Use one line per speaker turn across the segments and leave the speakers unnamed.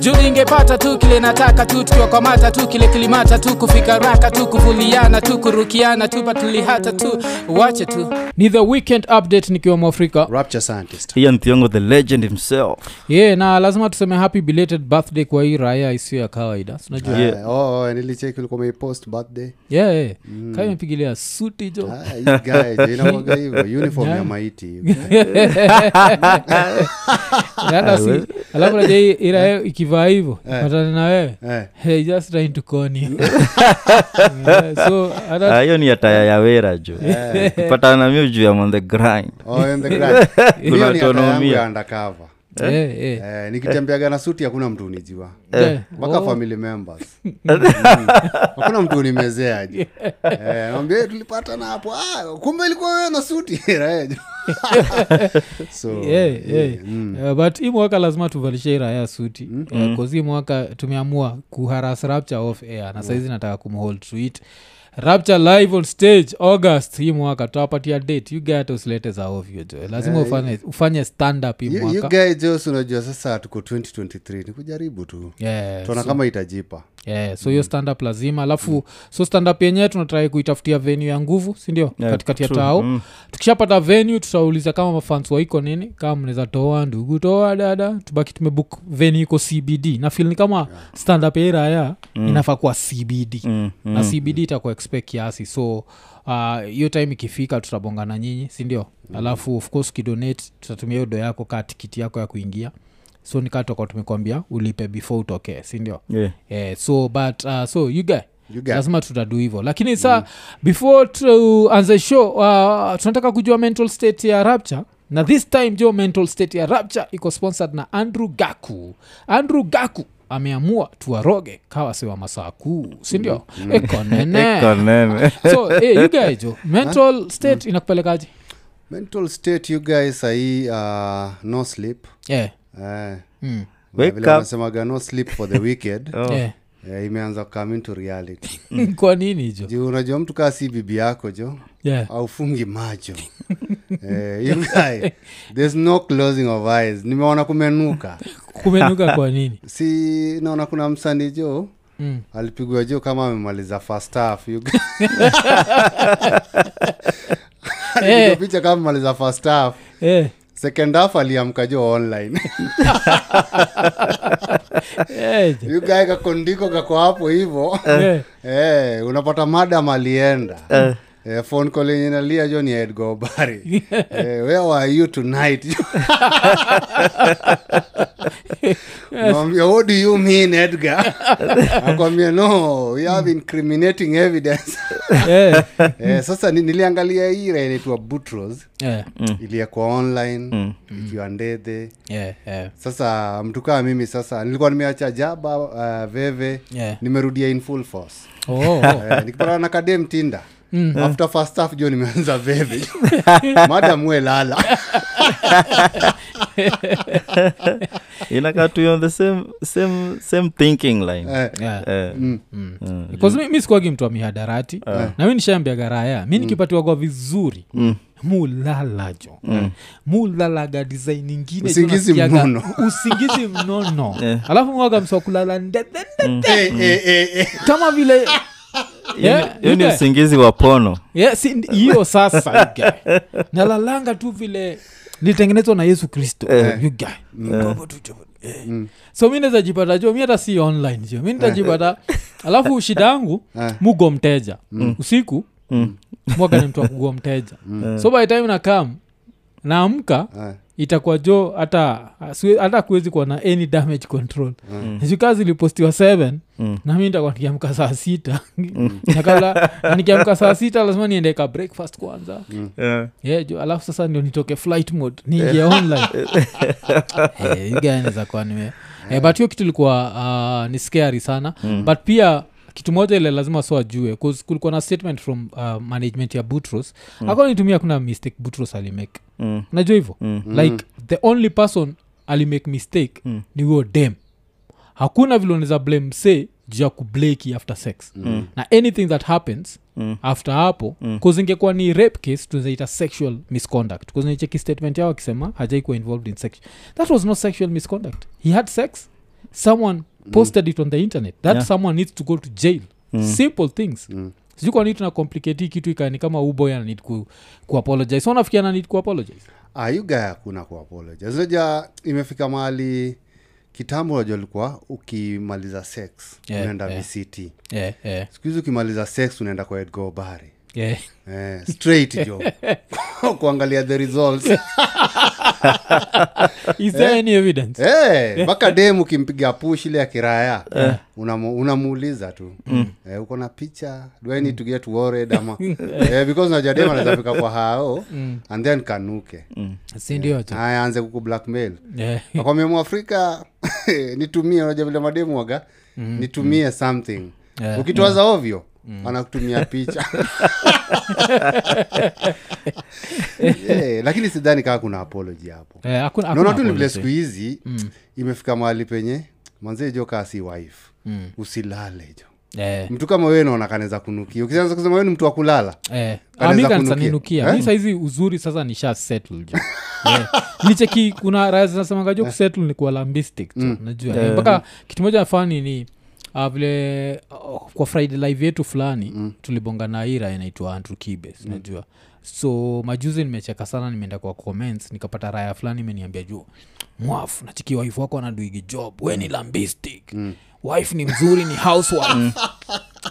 juu ningepata tu kile nataka tu tukiwakwamata tu kile kilimata tu kufika raka tu kuvuliana tu kurukiana tu patulihata tu wache tu ni the weekend update nikiwa mwafrika
rapture scientist
hiyo nthiongo the legend himself
ye yeah, na lazima tuseme happy belated birthday kwa hii raya isiyo ya kawaida sinajua
Yeah.
Eh, oh, oh, nilicheki ulikuwa umeipost birthday
yeah, yeah. kaa imepigilia suti jo
Ah, hii guy, inakuwaga hivyo uniform ya maiti
Dada si- alafu naja hii- hii raya ikivaa hivyo patana na wewe
Eh.
Hey, just trying to con you. yeah, so hata
Ah, hiyo ni ataya ya wera juu patana na mi juu ya on the grind
Oh, in the grand. Hiyo ni hata yangu
autonomia.
ya undercover
Eh, eh.
eh, nikitembeaga na suti hakuna mtu unijua
Eh.
mpaka
Oh. Mm-hmm.
family members Mm. hakuna mtu unimezeaji eh, naambia "Eh, tulipatana hapo ah, kumbe ilikuwa wewe na suti Right. so
Oh, Yeah, yeah. Uh, but hii mwaka lazima tuvalishe hii raya suti mm. uh, hii mwaka tumeamua kuharas rapture off air na saizi nataka kumhold to it rapture live on stage august hii mwaka tutawapatia date you get usilete za ovyo jo lazima ufanye, ufanye stand up hii
you, you
mwaka
guys just unajua sasa tuko 2023 ni kujaribu tu
yeah,
tuona kama itajipa
yeah, so hiyo standup lazima alafu so standup yenyewe tunatrai kuitafutia venue ya nguvu sindio yeah, katikati ya
true.
tao mm. tukishapata venue tutauliza kama mafans waiko nini kama mnaweza toa ndugu toa dada tubaki tumebook venue iko cbd na fil ni kama standup ya hii raya mm. inafaa kuwa cbd mm, mm, na cbd itakuwa expect kiasi so ah, hiyo uh, time ikifika tutabongana nyinyi sindio mm. alafu of course ukidonate tutatumia hiyo do yako kaa tikiti yako ya kuingia so nikatoka tumekwambia ulipe before utokee sindio
yeah.
yeah, so but uh, so you guy
You guy.
lazima tutadu hivyo lakini saa mm. before tuanze show uh, tunataka kujua mental state ya rapture na this time jo mental state ya rapture iko sponsored na andrew gaku andrew gaku ameamua tuwaroge kawasi wa masaa kuu sindio mm. ekonene
konene
so hey, you guy jo mental state inakupelekaje
mental state you guys sahii uh, no sleep
yeah.
eh,
mm.
Hmm. Wake
vile
up.
wanasemaga no sleep for the wicked
Oh.
yeah.
eh, imeanza come into reality
kwa nini jo
juu unajua mtu kaa si bibi yako jo
Eh.
yeah.
aufungi macho eh, you guy, there's no closing of eyes nimeona kumenuka
kumenuka kwa nini
si naona kuna msanii jo
Hmm.
mm.
alipigwa jo kama amemaliza first half you guy. Alipigwa
Eh.
picha kama amemaliza first half
yeah.
second half aliamka jo online
yeah. jo.
you guy kakondiko kako hapo hivo
yeah.
Eh, unapata madam alienda Eh, phone call yenye nalia jo ni edgobari eh, where were you tonight Naambia, what do you mean edgar akwambia no we have incriminating evidence
yeah.
eh, sasa ni- niliangalia hii ira inaitwa butros
yeah.
iliyekuwa online ikiwa ndethe
yeah, yeah.
sasa mtu kaa mimi sasa nilikuwa nimeacha jaba uh, veve
Yeah.
nimerudia in full force
Oh,
Eh, nikipatana na kadem tinda
Mm.
after first half jo nimeanza veve madam we lala
inakaa tu on the same, same, same thinking line
Eh,
yeah.
Eh,
Mm.
Because mi- mi sikuwagi mtu wa mihadarati
Eh.
na mi nishaambiaga raya
Mm.
mi nikipatiwagwa vizuri mulala jo mulalaga design ingine jo
Mm. Usingizi
nasikiaga-
mnono.
usingizi mnono alafu mwaga mswa kulala ndedendede
eh, eh, eh, eh.
kama vile
Hiyo ni-
Yeah,
hiyo ni
yeah.
usingizi wa pono
Yeah, si- ndi- hiyo sasa you guy. nalalanga tu vile nilitengenezwa na yesu kristo You guy. Mkopo tu jobo, eh. so mi naweza jipata jo mi hata si online jo mi nitajipata alafu shida yangu mugo mteja usiku mwaga ni mtu wa kugua mteja so by the time nakam naamka itakuwa jo hata siwe- hata kuwezi kuwa na any damage control jukaa zilipostiwa 7 nami nitakuwa nikiamka saa sita na kabla na nikiamka saa sita lazima niende ka breakfast kwanza
yeah.
yeah, jo alafu sasa ndio nitoke flight mode niingie online Eh, you guy anaweza kuwa nime Eh, but hiyo kitu ilikuwa ah, ni scary sana but pia kitu moja ile lazima so ajue 'cause kulikuwa na statement from uh, management ya butros mm. akonitumia kuna mistake butros alimake
Mm.
najua hivyo
Mm.
like the only person alimake mistake
Mm.
ni huyo dem hakuna vile unaweza blame msee juu ya kublaki after sex
Mm.
na anything that happens
Mm.
after hapo
Mm.
kuzingekuwa ni rape case tunaita sexual misconduct kuzinicheki statement yao akisema hajaikuwa involved in sex that was not sexual misconduct he had sex someone posted mm. it on the internet that
Yeah.
yeah. someone needs to go to jail mm. simple things
Mm.
sijui kwani tunacomplicate hii kitu ikani kama uboy ananid ku, kuapologize wanafikia ananid kuapologize
Ah, you guy hakuna kuapologize unajua imefika mahali kitambo unajua ulikuwa ukimaliza sex
Yeah,
unaenda
yeah.
vct
yeah, yeah,
siku hizi ukimaliza sex unaenda kwa edgo bari
yeah.
eh, straight jo kuangalia the results
is there any evidence
Eh, mpaka dem ukimpiga push ile ya kiraya unamu- unamuuliza tu eh, uko na picha do I need to get worried ama eh, because unajua dem anaweza fika kwa hao and then kanuke Eh?
si ndio tu Eh.
haya aanze kuku blackmail
yeah.
akwambia mwafrika nitumie unaja vile mademu waga nitumie something
Yeah.
ukitwaza ovyo wanakutumia picha yeah, Eh, lakini sidhani kaa kuna apology hapo
Eh, hakuna- hakuna Mm.
naona tu ni vile
apology.
siku hizi imefika mahali penye manzee jo kaa si wife
Mm.
usilale jo
Eh,
mtu kama wewe naona kanaweza kunukia ukianza kusema wewe ni mtu wa kulala
eh.
Anaweza
Ah, mi
kunukia. Eh?
kanisaninukia mi saizi uzuri sasa nisha settle jo Yeah. nicheki kuna raia zinasemanga
Eh.
jo kusettle ni kuwa lambistic tu
Mm.
najua Eh, mpaka kitu moja fani ni ah, vile oh, kwa friday live yetu fulani
Mm.
tulibonga na ira inaitwa andrew kibes najua so majuzi nimecheka sana nimeenda kwa comments nikapata raya fulani imeniambia juu mwafu nachiki wife wako anaduigi job we ni lambistic
Mm.
wife ni mzuri ni housewife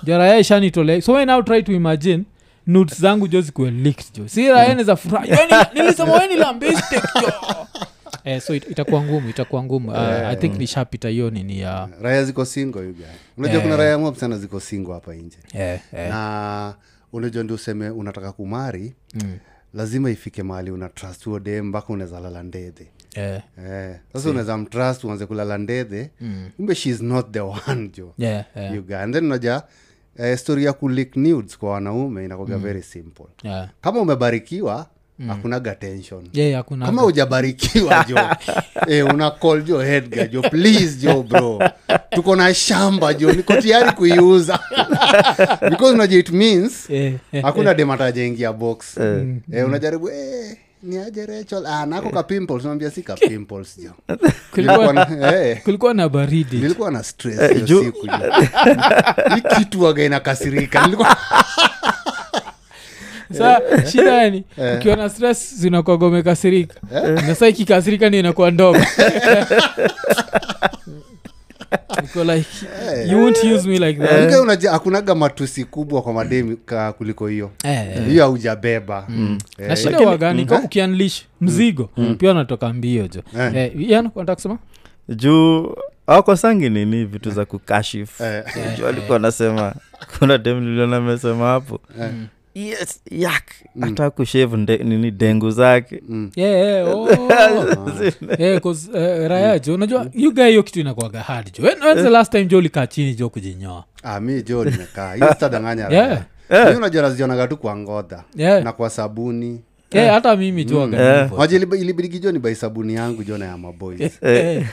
jaraya ishanitolea so when now try to imagine notes zangu jo zikuwe leaked jo si raene za furaha "Yo, ni- nilisema weni lambistic jo eh, so it, itakuwa ngumu itakuwa ngumu uh, i think nishapita hiyo nini ya
raya ziko singo yuga unajua kuna raya mwap sana ziko singo hapa nje
eh, eh,
na unajua ndio useme unataka kumari mm. lazima ifike mahali una trust huo dem mpaka unaweza lala ndedhe
eh,
eh, sasa unaweza mtrust uanze kulala ndedhe kumbe she is not the one jo
yeah, Mm. yeah,
You got- and then unaja eh, story ya kulik nudes kwa wanaume
Mm.
inakoga very simple
yeah.
kama umebarikiwa
Mm.
hakunaga tension
Yeah, yeah, hakuna-
kama ujabarikiwa jo eh, una call jo Edgar, jo please jo bro tuko na shamba jo niko tayari kuiuza because unajua it means
eh, eh,
hakuna dematajaingia box eh, unajaribu eh, ni aje Rachel ah, nako ka pimples unamwambia si ka pimples jo
Eh. kulikuwa-
Nilikuwa na- eh,
kulikuwa na baridi
nilikuwa na stress hiyo
ju-
siku jo. Hii kitu waga inakasirika Nilikuwa-
sa shida yani ukiona stress zinakuwaga umekasirika na saa ikikasirika ndio inakuwa ndogo Uko like you won't use me like that
Unajua, unajua, hakunaga matusi kubwa kwa mademi ka- kuliko hiyo
Eh, eh.
hiyo haujabeba Eh,
na shida
Lakini-
wagani ka
Mm.
ukianlish mzigo pia unatoka mbio jo
Eh.
Eh, Ian, unataka kusema
juu awakosangi nini vitu za kukashif
Eh.
juu alikuwa anasema kuna dem niliona amesema hapo
Eh.
yes yak
Mm.
hata kushave nde, nini dengu zake
Yeah, yeah, oh. Eh, 'cause, eh, raya jo
Mm.
unajua you guy hiyo kitu inakuaga hard jo When- when's the last time jo ulikaa chini jo kujinyoa
Ah, mi jo nimekaa hiyo sitadanganya
Yeah.
yeah. yeah. unajua tu kwa ngodha
Yeah.
na kwa sabuni
Eh, hata mimi jo
Mm.
agaivo
maji ilibidigi ni bai sabuni yangu jona ya maboys Eh,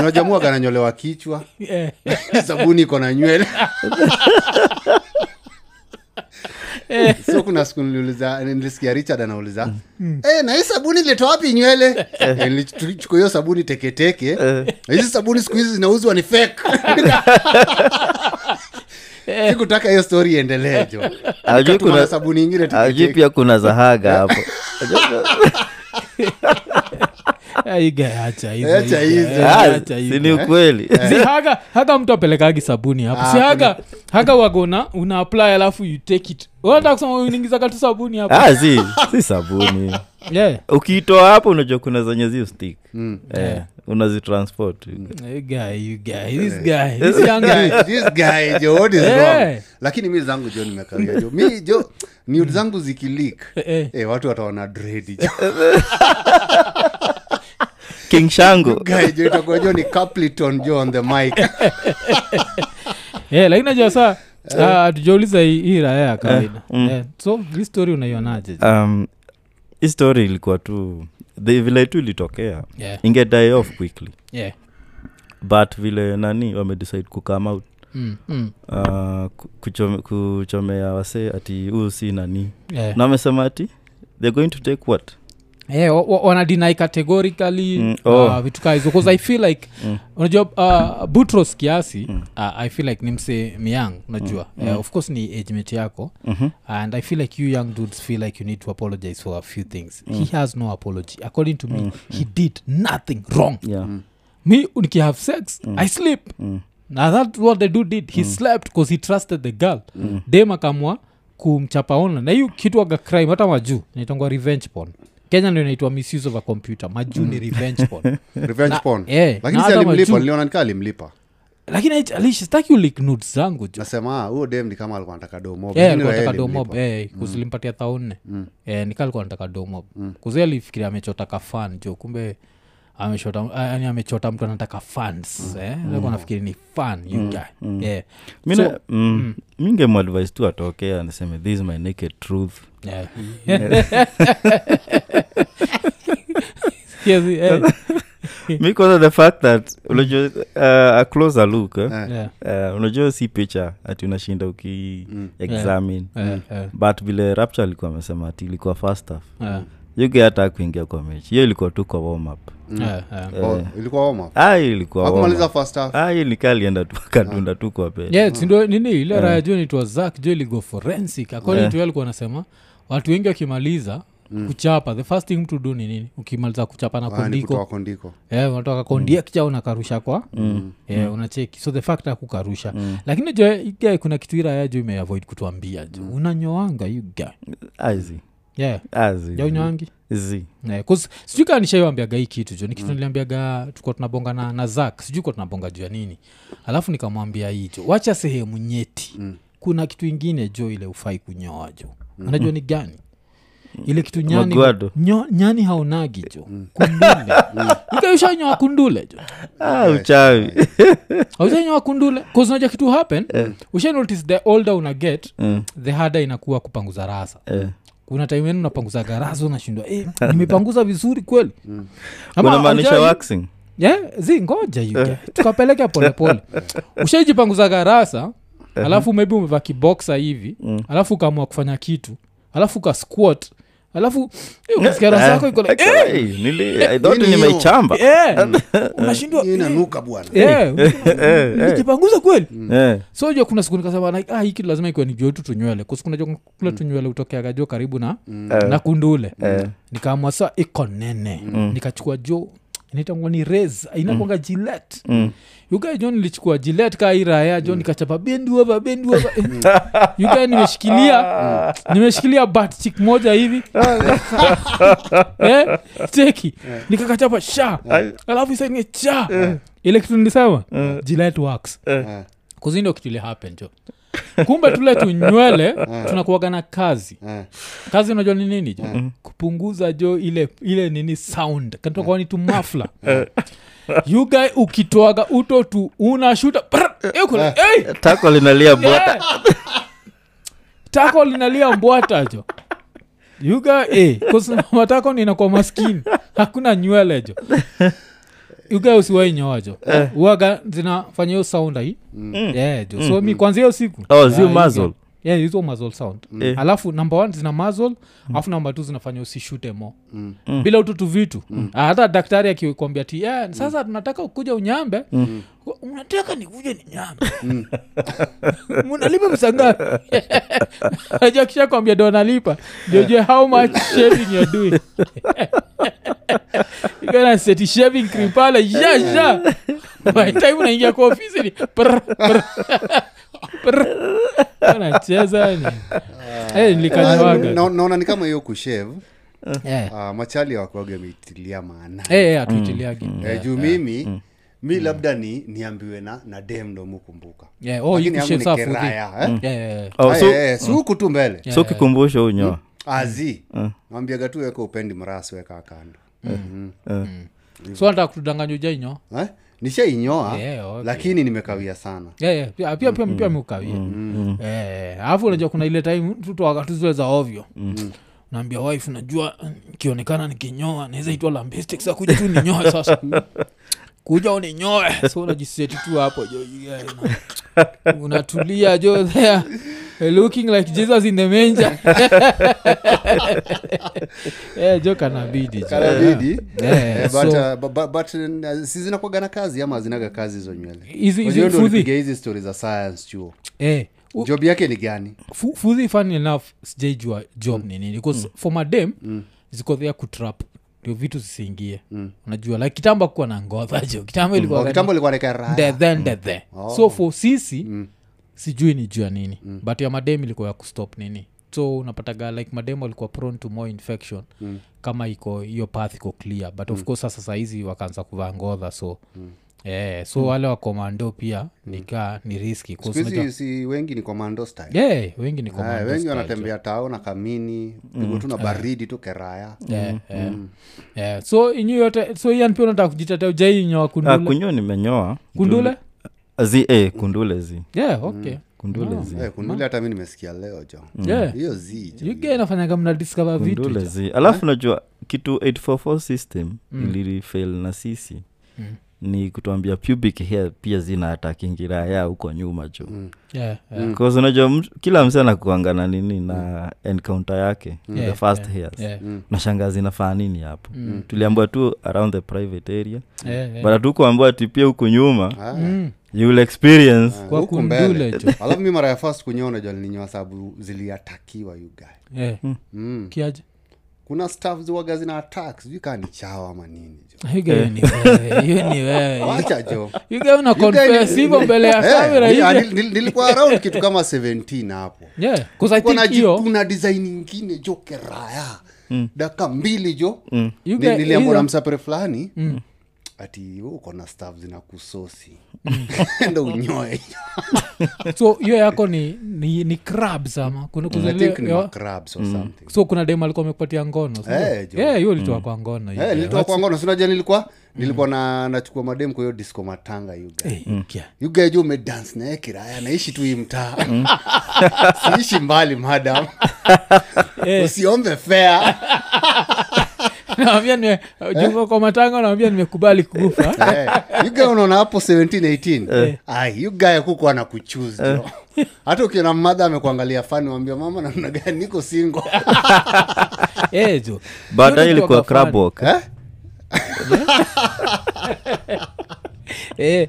unajua mu waga nanyolewa kichwa sabuni iko na nywele so kuna siku niliuliza nilisikia richard anauliza "Eh, na hii sabuni ilitoa wapi nywele Eh, nilichukua hiyo sabuni teketeke Na hizi sabuni siku hizi zinauzwa ni fake sikutaka hiyo story iendelee jo
Ajui
Nikatuma
kuna-
na sabuni ingine
ajui
teketeke
pia kuna zahaga hapo
Eh, igaacha
Eh. Acha Ah, hizo.
eh, Yaani
sini Ah, ukweli
Eh.
haga haga mtu apelekagi sabuni hapo
Ah,
si haga haga wagona una apply alafu you take it unataka kusema unaingizaga tu sabuni hapo
Ah, si si sabuni
yeah.
ukiitoa hapo unajua kuna zenye zio stick eh, unazitransport
You Eh, guy, you guy, this
Eh.
guy, this
This
young
guy-
dude.
this guy, jo, what is
Eh.
wrong? lakini mi zangu jo nimekawia jo mi jo ni zangu zikilik
eh.
eh, watu wataona dredi jo
king shango
Guy, jo itakuwa jo ni capliton jo on the mic
Eh, lakini najua saa
Eh.
ah, tujauliza hii hii raya ya kawaida
Mm.
Eh, so hii story unaionaje
um, hii story ilikuwa tu the, vile tu ilitokea
Yeah,
inge die off quickly
yeah.
but vile nani wamedecide kukama out
Mm, mm,
uh, ku- kuchome, kuchomea wase ati huu si nani
yeah.
na wamesema ati they're going to take what
Eh, wa- wa- wanadeny categorically
Mm, oh. Mm.
uh, vitu kaa hizo 'Cause i feel like unajua uh, butros kiasi uh, i feel like ni mse miang
Mm.
unajua Eh, of course ni agemate yako
Mm-hmm.
and i feel like you young dudes feel like you need to apologize for a few things
Mm.
he has no apology according to me he did nothing wrong
yeah
me niki have sex i sleep na that's what the dude did he slept because he trusted the girl dem akamwa kumchapa online na hiyo kitu aga crime hata majuu inaitangwa revenge porn kenya ndio inaitwa misuse of a computer majuu ni revenge porn
revenge
Na-
porn
eh,
lakini
na
si
hata
alimlipa
majuu.
niliona nika alimlipa
lakini haichi- alishi sitaki ulik nude zangu jo
nasema ah, huyo dem ni kama alikuwa nataka domob
Eh, alikuwa anataka domob kusilimpatia thao nne Eh, nika alikuwa anataka domob kuzi alifikiria amechota ka fan jo kumbe amechota eh, yani amechota mtu anataka fans eh, alikuwa anafikiri ni fan you guy Eh,
Mina,
so-
mm, mi ngemadvise tu atokee anaseme this is my naked truth
Yeah. Yes, eh,
mi kwanza the fact that unajua uh, a closer look eh?
Eh.
yeah,
uh, unajua si picha ati unashinda uki examine
eh, eh,
but vile rapture alikuwa amesema ati ilikuwa first half
eh,
yuge hata kuingia kwa mechi hiyo ilikuwa tu kwa warm up
eh, eh.
Oh, ilikuwa oma
ah hiyo ilikuwa warm
akumaliza
up.
first half
ah hiyo nikaa alienda tu akadunda tu kwa pe
Mm.
Yeah, si ndio nini ile
Eh.
raya juu nitwa zak jo iligo forensic according to yeye alikuwa anasema watu wengi wakimaliza kuchapa the first thing mtu do ni nini ukimaliza kuchapa na
Mm. Ah, ni kutoa
kondiko
Mm. kondiko
Eh, unatoka kondia kicha unakarusha kwa
Mm.
Eh, unacheki so the fact akukarusha lakini jo ige kuna kitu iraya juu imeavoid kutuambia jo
Mm.
unanyoanga you guy
azi
yeah
azi
jaunyoangi
Ah, zi
Yeah, Eh, 'cause sijui kaa nishaiwambiaga hii kitu jo ni kitu niliambiaga tukuwa tunabonga na, na zak sijui kuwa tunabonga juu ya nini alafu nikamwambia hicho wacha sehemu nyeti mm. kuna kitu ingine jo ile ufai kunyoa jo unajua ni gani ile kitu nyani,
Magwado.
nyo, nyani haonagi jo kundule ikaishanyoa kundule jo
ah uchawi
aushanyoa kundule kaznaja kitu happen ushanotice the older una get the harder inakuwa kupanguza rasa kuna time yenu napanguza garazo nashindwa eh, nimepanguza vizuri kweli Ama
unamaanisha
haujai-
waxing
Yeah, zi ngoja yuke. tukapeleka polepole ushaijipanguza garasa alafu maybe umevaa kiboksa hivi alafu ukaamua kufanya kitu alafu uka squat alafu eh, unasikia rasa yako iko like, eh,
Hey, nili- I thought
Nini hiyo?
nimechamba
eh, unashindwa
Hii
eh,
inanuka bwana
eh, nilijipanguza kweli
Eh,
sojo kuna siku nikasema like, ah, hii kitu lazima ikiwa nijue tu tunywele kusikunajokula tunywele utokeaga jo karibu na, na kundule nikaamua saa iko nene nikachukua jo inaitangwa ni res inakwanga jilet yukae jo nilichukua jilet kaa iraya jo nikachapa benduova benduova yukae nimeshikilia nimeshikilia bat chik moja hivi eh, cheki nikakachapa sha alafu isaine cha ile kitu nilisema jilet works
Eh,
kuzindo kitu ile happen jo kumbe tule tunywele tunakuaga na kazi
eh.
kazi unajua ni nini jo kupunguza jo ile ile nini sound kantokwani tu mafla yugae ukitoaga uto tu unashuta brr, yuko like, "Hey,
tako linalia bota
yeah." tako linalia mbwata jo yuga eh, 'cause mama tako ninakuwa maskini hakuna nywele jo yuga usiwai nyoa jo uaga zinafanya hiyo sound ai yeah, jo so mi kwanzia hiyo siku
Oh, zio
Ah, yuga.
muzzle.
Yeah, hizo mazol sound
Eh. Mm.
alafu number one zina mazol alafu number two zinafanya usishute mo bila ututu vitu
Mm.
Ah, hata daktari akikwambia ti yeah, sasa tunataka ukuja unyambe unataka nikuje ni nyambe
Mm.
munalipa msanga ajakisha kwambia ndo nalipa
Eh.
ndiojue how much shaving you're doing You gonna set shaving cream pale ja ja by time unaingia kwa ofisi ni prr, prr, prr. anacheza ni Eh,
Ah,
nilikanywaga
na- naona ni kama hiyo kushave
Eh,
ah, machali hawakuwaga ameitilia maana
eh, eh, hatuitiliagi.
Eh, juu mimi
Mm.
mi labda ni niambiwe na na dem ndo mukumbuka
Yeah, oh,
Lakini
you
yangu
shave
ni
safu, di.
keraya, eh?
Eh, eh, eh.
Oh,
Ay,
so-
eh, si huku tu mbele
so kikumbusho unyoa
Mm.
azi nambiaga tu weka upendi mrasi weka kando Mhm.
so nataka kutudanganya ujainyo
Eh? nishainyoa
Yeah, okay.
lakini nimekawia sana
Yeah, yeah. pia pia pia pia miukawia Eh, alafu unajua kuna ile time tutwakatuzile za ovyo naambia Mm. wife najua kionekana nikinyoa naweza itwa lambistic sa kuja tu ninyoe sasa kuja uninyoe so unajiseti tu hapo jo yeah, una- unatulia jo there looking like jesus in the manger eh, jo kanabidi jo.
kanabidi
Eh,
Eh,
so-
but, uh, bu- bu- but, uh, si zinakuaga na kazi ama azinaga kazi hizo nywele
Hizi- hizi
Unajua ndo
fudhi.
nipiga hizi stori za science chuo
Eh, u-
job yake ni gani
fu- fuzi fun enough sijaijua
Mm.
job ni nini because for madem ziko there kutrap ndio vitu zisiingie unajua like kitambo kuwa na ngodha jo kitambo
Mm. Oh, Mm.
ilikuwa
kitambo ilikuwa naeka raha.
ndethe ndethe so for sisi
Mm.
sijui ni jua nini but ya madem ilikuwa ya kustop nini so unapataga like madem walikuwa prone to more infection
Mm.
kama iko hiyo path iko clear but of course sasa sahizi wakaanza kuvaa ngodha so
Mm.
Eh, so wale wakomando pia nikaa ni riski
Siku hizi si wengi ni komando style
yeah, wengi ni
Aya,
commando
wengi
style.
wanatembea tao na kamini pigwa tu na baridi tu keraya
Yeah, yeah. Mm-hmm. Yeah, so inyu yote so ian pia unataka kujitetea ujaiinyoa
Ah,
kundule
kunyo nimenyoa
kundule
zi eh, kundule zi
yeah okay Oh.
kundule zi
Eh, kundule hata mi nimesikia leo jo
yeah
hiyo zi jo.
uga inafanyaga mna discover vitu
kundule zi alafu najua kitu 844 system
Mm.
ilirifail na sisi ni kutuambia pubic hair pia zina atakingira ya huko nyuma juu
yeah, yeah.
Because unajua mtu- kila mse anakuanga na nini na encounter yake the
Mm. Yeah,
first hairs
yeah.
Mm.
Mm.
nashangaa zinafaa nini hapo tuliambiwa tu around the private area
Yeah, yeah.
but hatukuambiwa ati pia huku nyuma
Aya.
Mm,
you will experience
kwa
Huku
kundule
mbele.
jo
alafu mi mara ya fast kunyona jo nilinyoa sababu ziliatakiwa yugae
yeah.
mm.
kiaje
kuna staff ziwaga zina attack sijui kaa ni chawa ama nini jo
Uga,
Eh.
hiyo ni wewe, hiyo ni wewe
wacha jo
uga una confess hivyo mbele ya
Eh,
kamera
ni- ah,
hivi
nil- nil- nilikuwa around kitu kama 17 hapo
yeah because i
Nilikuwa
think
naji-
hiyo
kuna design ingine jo keraya dakika mbili jo
You Mm.
Ni-
guys-
niliambiwa na
hizo-
msapere fulani ati "Wewe uko na staff zinakusosi
Mm.
ndo unyoe
so hiyo yako ni ni, ni crabs ama kuna
Mm. I think ni
kuzile
macrabs or something
so kuna dem alikuwa amepatia ngono si ndio?
Eh, jo.
Eh, hiyo
Mm.
ulitoa kwa ngono hiyo.
Eh, nilitoka
That's-
kwa ngono sinaja nilikuwa nilikuwa na nachukua madem kwa hiyo disco matanga yuga
Eh,
Mm.
okay.
yuga ju umedance naye kiraya naishi tu hii mtaa siishi mbali madam
Eh.
usiombe fea
Naambia nime-
Eh?
juu kwa matango naambia nimekubali kufa
yuga Eh, unaona hapo 1718 ai yuga yakuku ana kuchuzi jo hata ukiona mmadha amekuangalia fani wambia mama namna gani niko singo
Eh, jo
baadaye
Hiyo ni
ilikuwa
kwa
crab
fun.
walk
Eh?
Eh,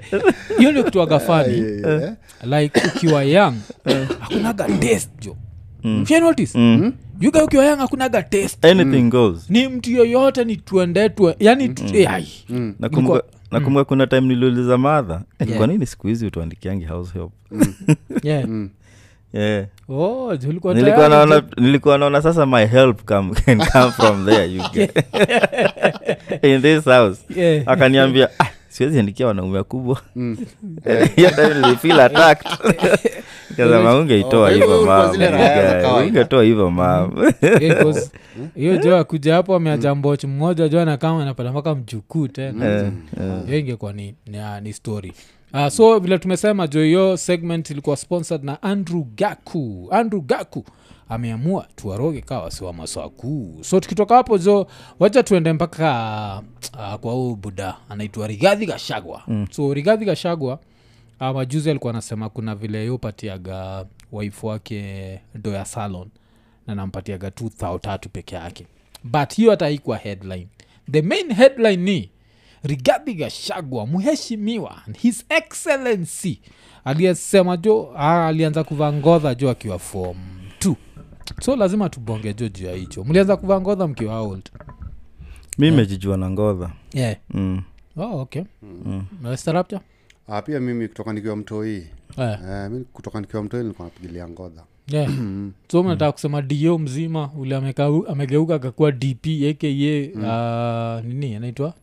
hiyo ndio kutoaga fani
Eh, eh.
like ukiwa young
Eh.
hakunaga test jo
Mm.
shenotis
Hmm?
yuga ukiwa young hakunaga test
anything goes
ni mtu yoyote ni tuendetwe yani
Mm.
tu- eh, ai.
Hmm.
Ilikuwa-
nakumbuka
Hmm.
nakumbuka kuna time niliuliza madha yeah. kwa nini siku hizi utuandikiangi house help
Yeah.
yeah.
Oh, jo, ulikuwa
Mm. nilikuwa
tayari,
naona nilikuwa naona sasa my help come, can come from there you get. in this house
Yeah.
akaniambia ah, siwezi andikia wanaume wakubwa
Hmm.
Eh, Hiyo time nilifeel attacked. Nikasema, ungeitoa
Oh,
hivyo
wewe ulikuwa
mam,
zile
you
raia za
guy.
kawaida.
ungetoa hivyo mam
jo. Eh, 'cause hiyo jo akuja hapo ameacha mboch mmoja jo anakama anapata mpaka mjukuu tena Eh, hiyo ingekuwa ni, ni, ah, ni story Uh, so vile tumesema jo hiyo segment ilikuwa sponsored na andrew gaku andrew gaku ameamua tuwaroge kaa wasiwa maswakuu so tukitoka hapo jo wacha tuende mpaka uh, kwa huu buda anaitwa rigadhi gashagwa mm. so rigadhi gashagwa uh, majuzi alikuwa anasema kuna vile yopatiaga waifu wake doya salon na nampatiaga tu thao tatu peke yake but hiyo hata haikuwa headline the main headline ni rigathi gashagwa mheshimiwa his excellency aliyesema jo ah, alianza kuvaa ngodha jo akiwa form t so lazima tubonge jo juu ya hicho mlianza kuvaa ngodha mkiwa old
mi mejijua na ngodha
yeah.
mm.
oh, okay starapcha
Ah, pia mimi kutoka nikiwa mtoi
yeah.
Eh, mi kutoka nikiwa mtoi nilikuwa napigilia ngodha
yeah. so mnataka kusema dio mzima ule amekau- amegeuka akakuwa dp aka uh, nini anaitwa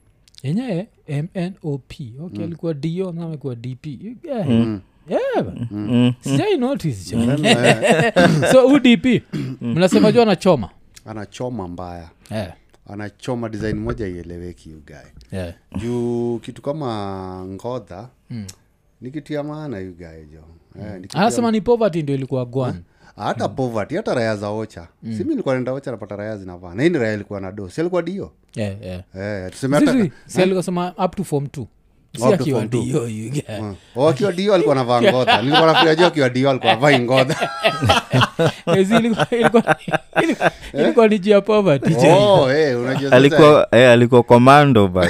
enyewe mnop okay alikuwa dio na amekuwa dp yeah. Yeah, man.
Mm.
Sijai notice, jo.
Eh,
so udp mnasema juu anachoma
anachoma mbaya
Mm. yeah.
anachoma design moja ieleweki ugae
Yeah.
juu kitu kama ngodha ni kitu ya maana ugae jo Eh, ni kitu ya-
anasema ni poverty ndio ilikuwa gwan Hmm.
hata poverty hata raya za ocha simi nilikuwa naenda ocha napata raya zinavaa na hii ni raya ilikuwa na dosi alikuwa dio
yeah, yeah.
eh, tuseme hata
Zizi, si alikosema up to form t si
Watu
akiwa
form two.
dio you get.
Oh, akiwa dio alikuwa navaa ngodha nilikuwa nafikiria juu akiwa dio alikuwa avai ngodha
Ezi ilikuwa- ilikuwa- ilikuwa- ilikuwa ni juu ya poverty
oh, hey, unajua sasa-
alikuwa eh, alikuwa commando but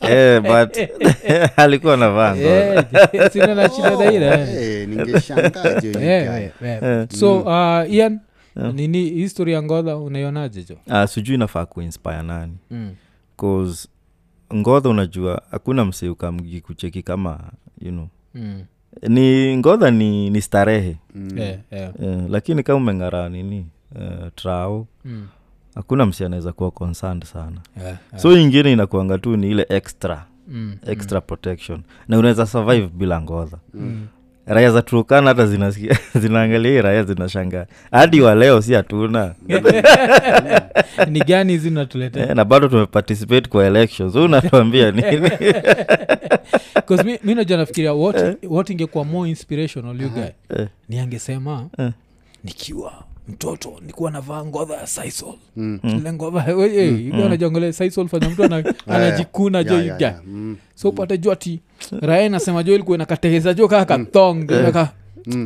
eh, but alikuwa navaa
Eh.
ngozi.
sinanashida daira
Eh, ningeshangaa jo
Yeah, yeah, yeah. so uh, ian nini history ya ngodha unaionaje jo
Ah, sijui nafaa kuinspire nani cause ngodha unajua hakuna msee ukamgi kucheki kama you know
Mm.
ni ngodha ni, ni starehe
Yeah, Mm. yeah.
eh, lakini kama umeng'araa nini eh, trao
Mm.
hakuna msee anaweza kuwa concerned sana
Yeah, yeah.
so ingine inakuanga tu ni ile extra
Mm.
extra protection na unaweza survive bila ngodha mm. raya za turukana hata zinasikia- zinaangalia hii raya zinashanga hadi wa leo si hatuna
ni gani hizi natuletea
eh, na bado tumeparticipate kwa election so unatuambia nini
Because mi, mi najua nafikiria what, what ingekuwa more inspirational you guy ni angesema nikiwa mtoto nikuwa navaa ngodha ya sisol
Mm.
ile ngodha najongole sisol fanya mtu ana- anajikuna jo
yeah,
you
yeah,
guy
yeah. Mm.
so upate jo ati rae nasema jo ilikuwa inakategeza jo kaa kathong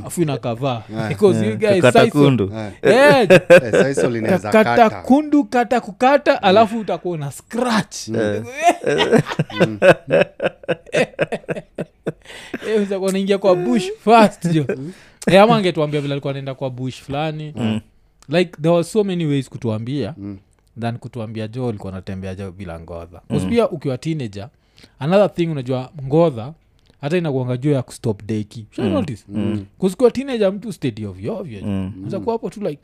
afu inakavaa because you guys
kata
sisal-
kundu
Eh,
Eh, sisal inaweza
kata
kata.
kundu kata kukata alafu utakuwa na scratch Eh, utakuwa unaingia kwa bush fast jo Eh, ama angetuambia vile alikuwa anaenda kwa bush fulani like there were so many ways kutuambia than kutuambia jo alikuwa anatembea jo bila ngodha mm. pia ukiwa teenager another thing unajua ngodha hata inakuanga juu ya kustop deki mm. kuskiwa teenager mtu steady ovyoovyo mm. hapo tu like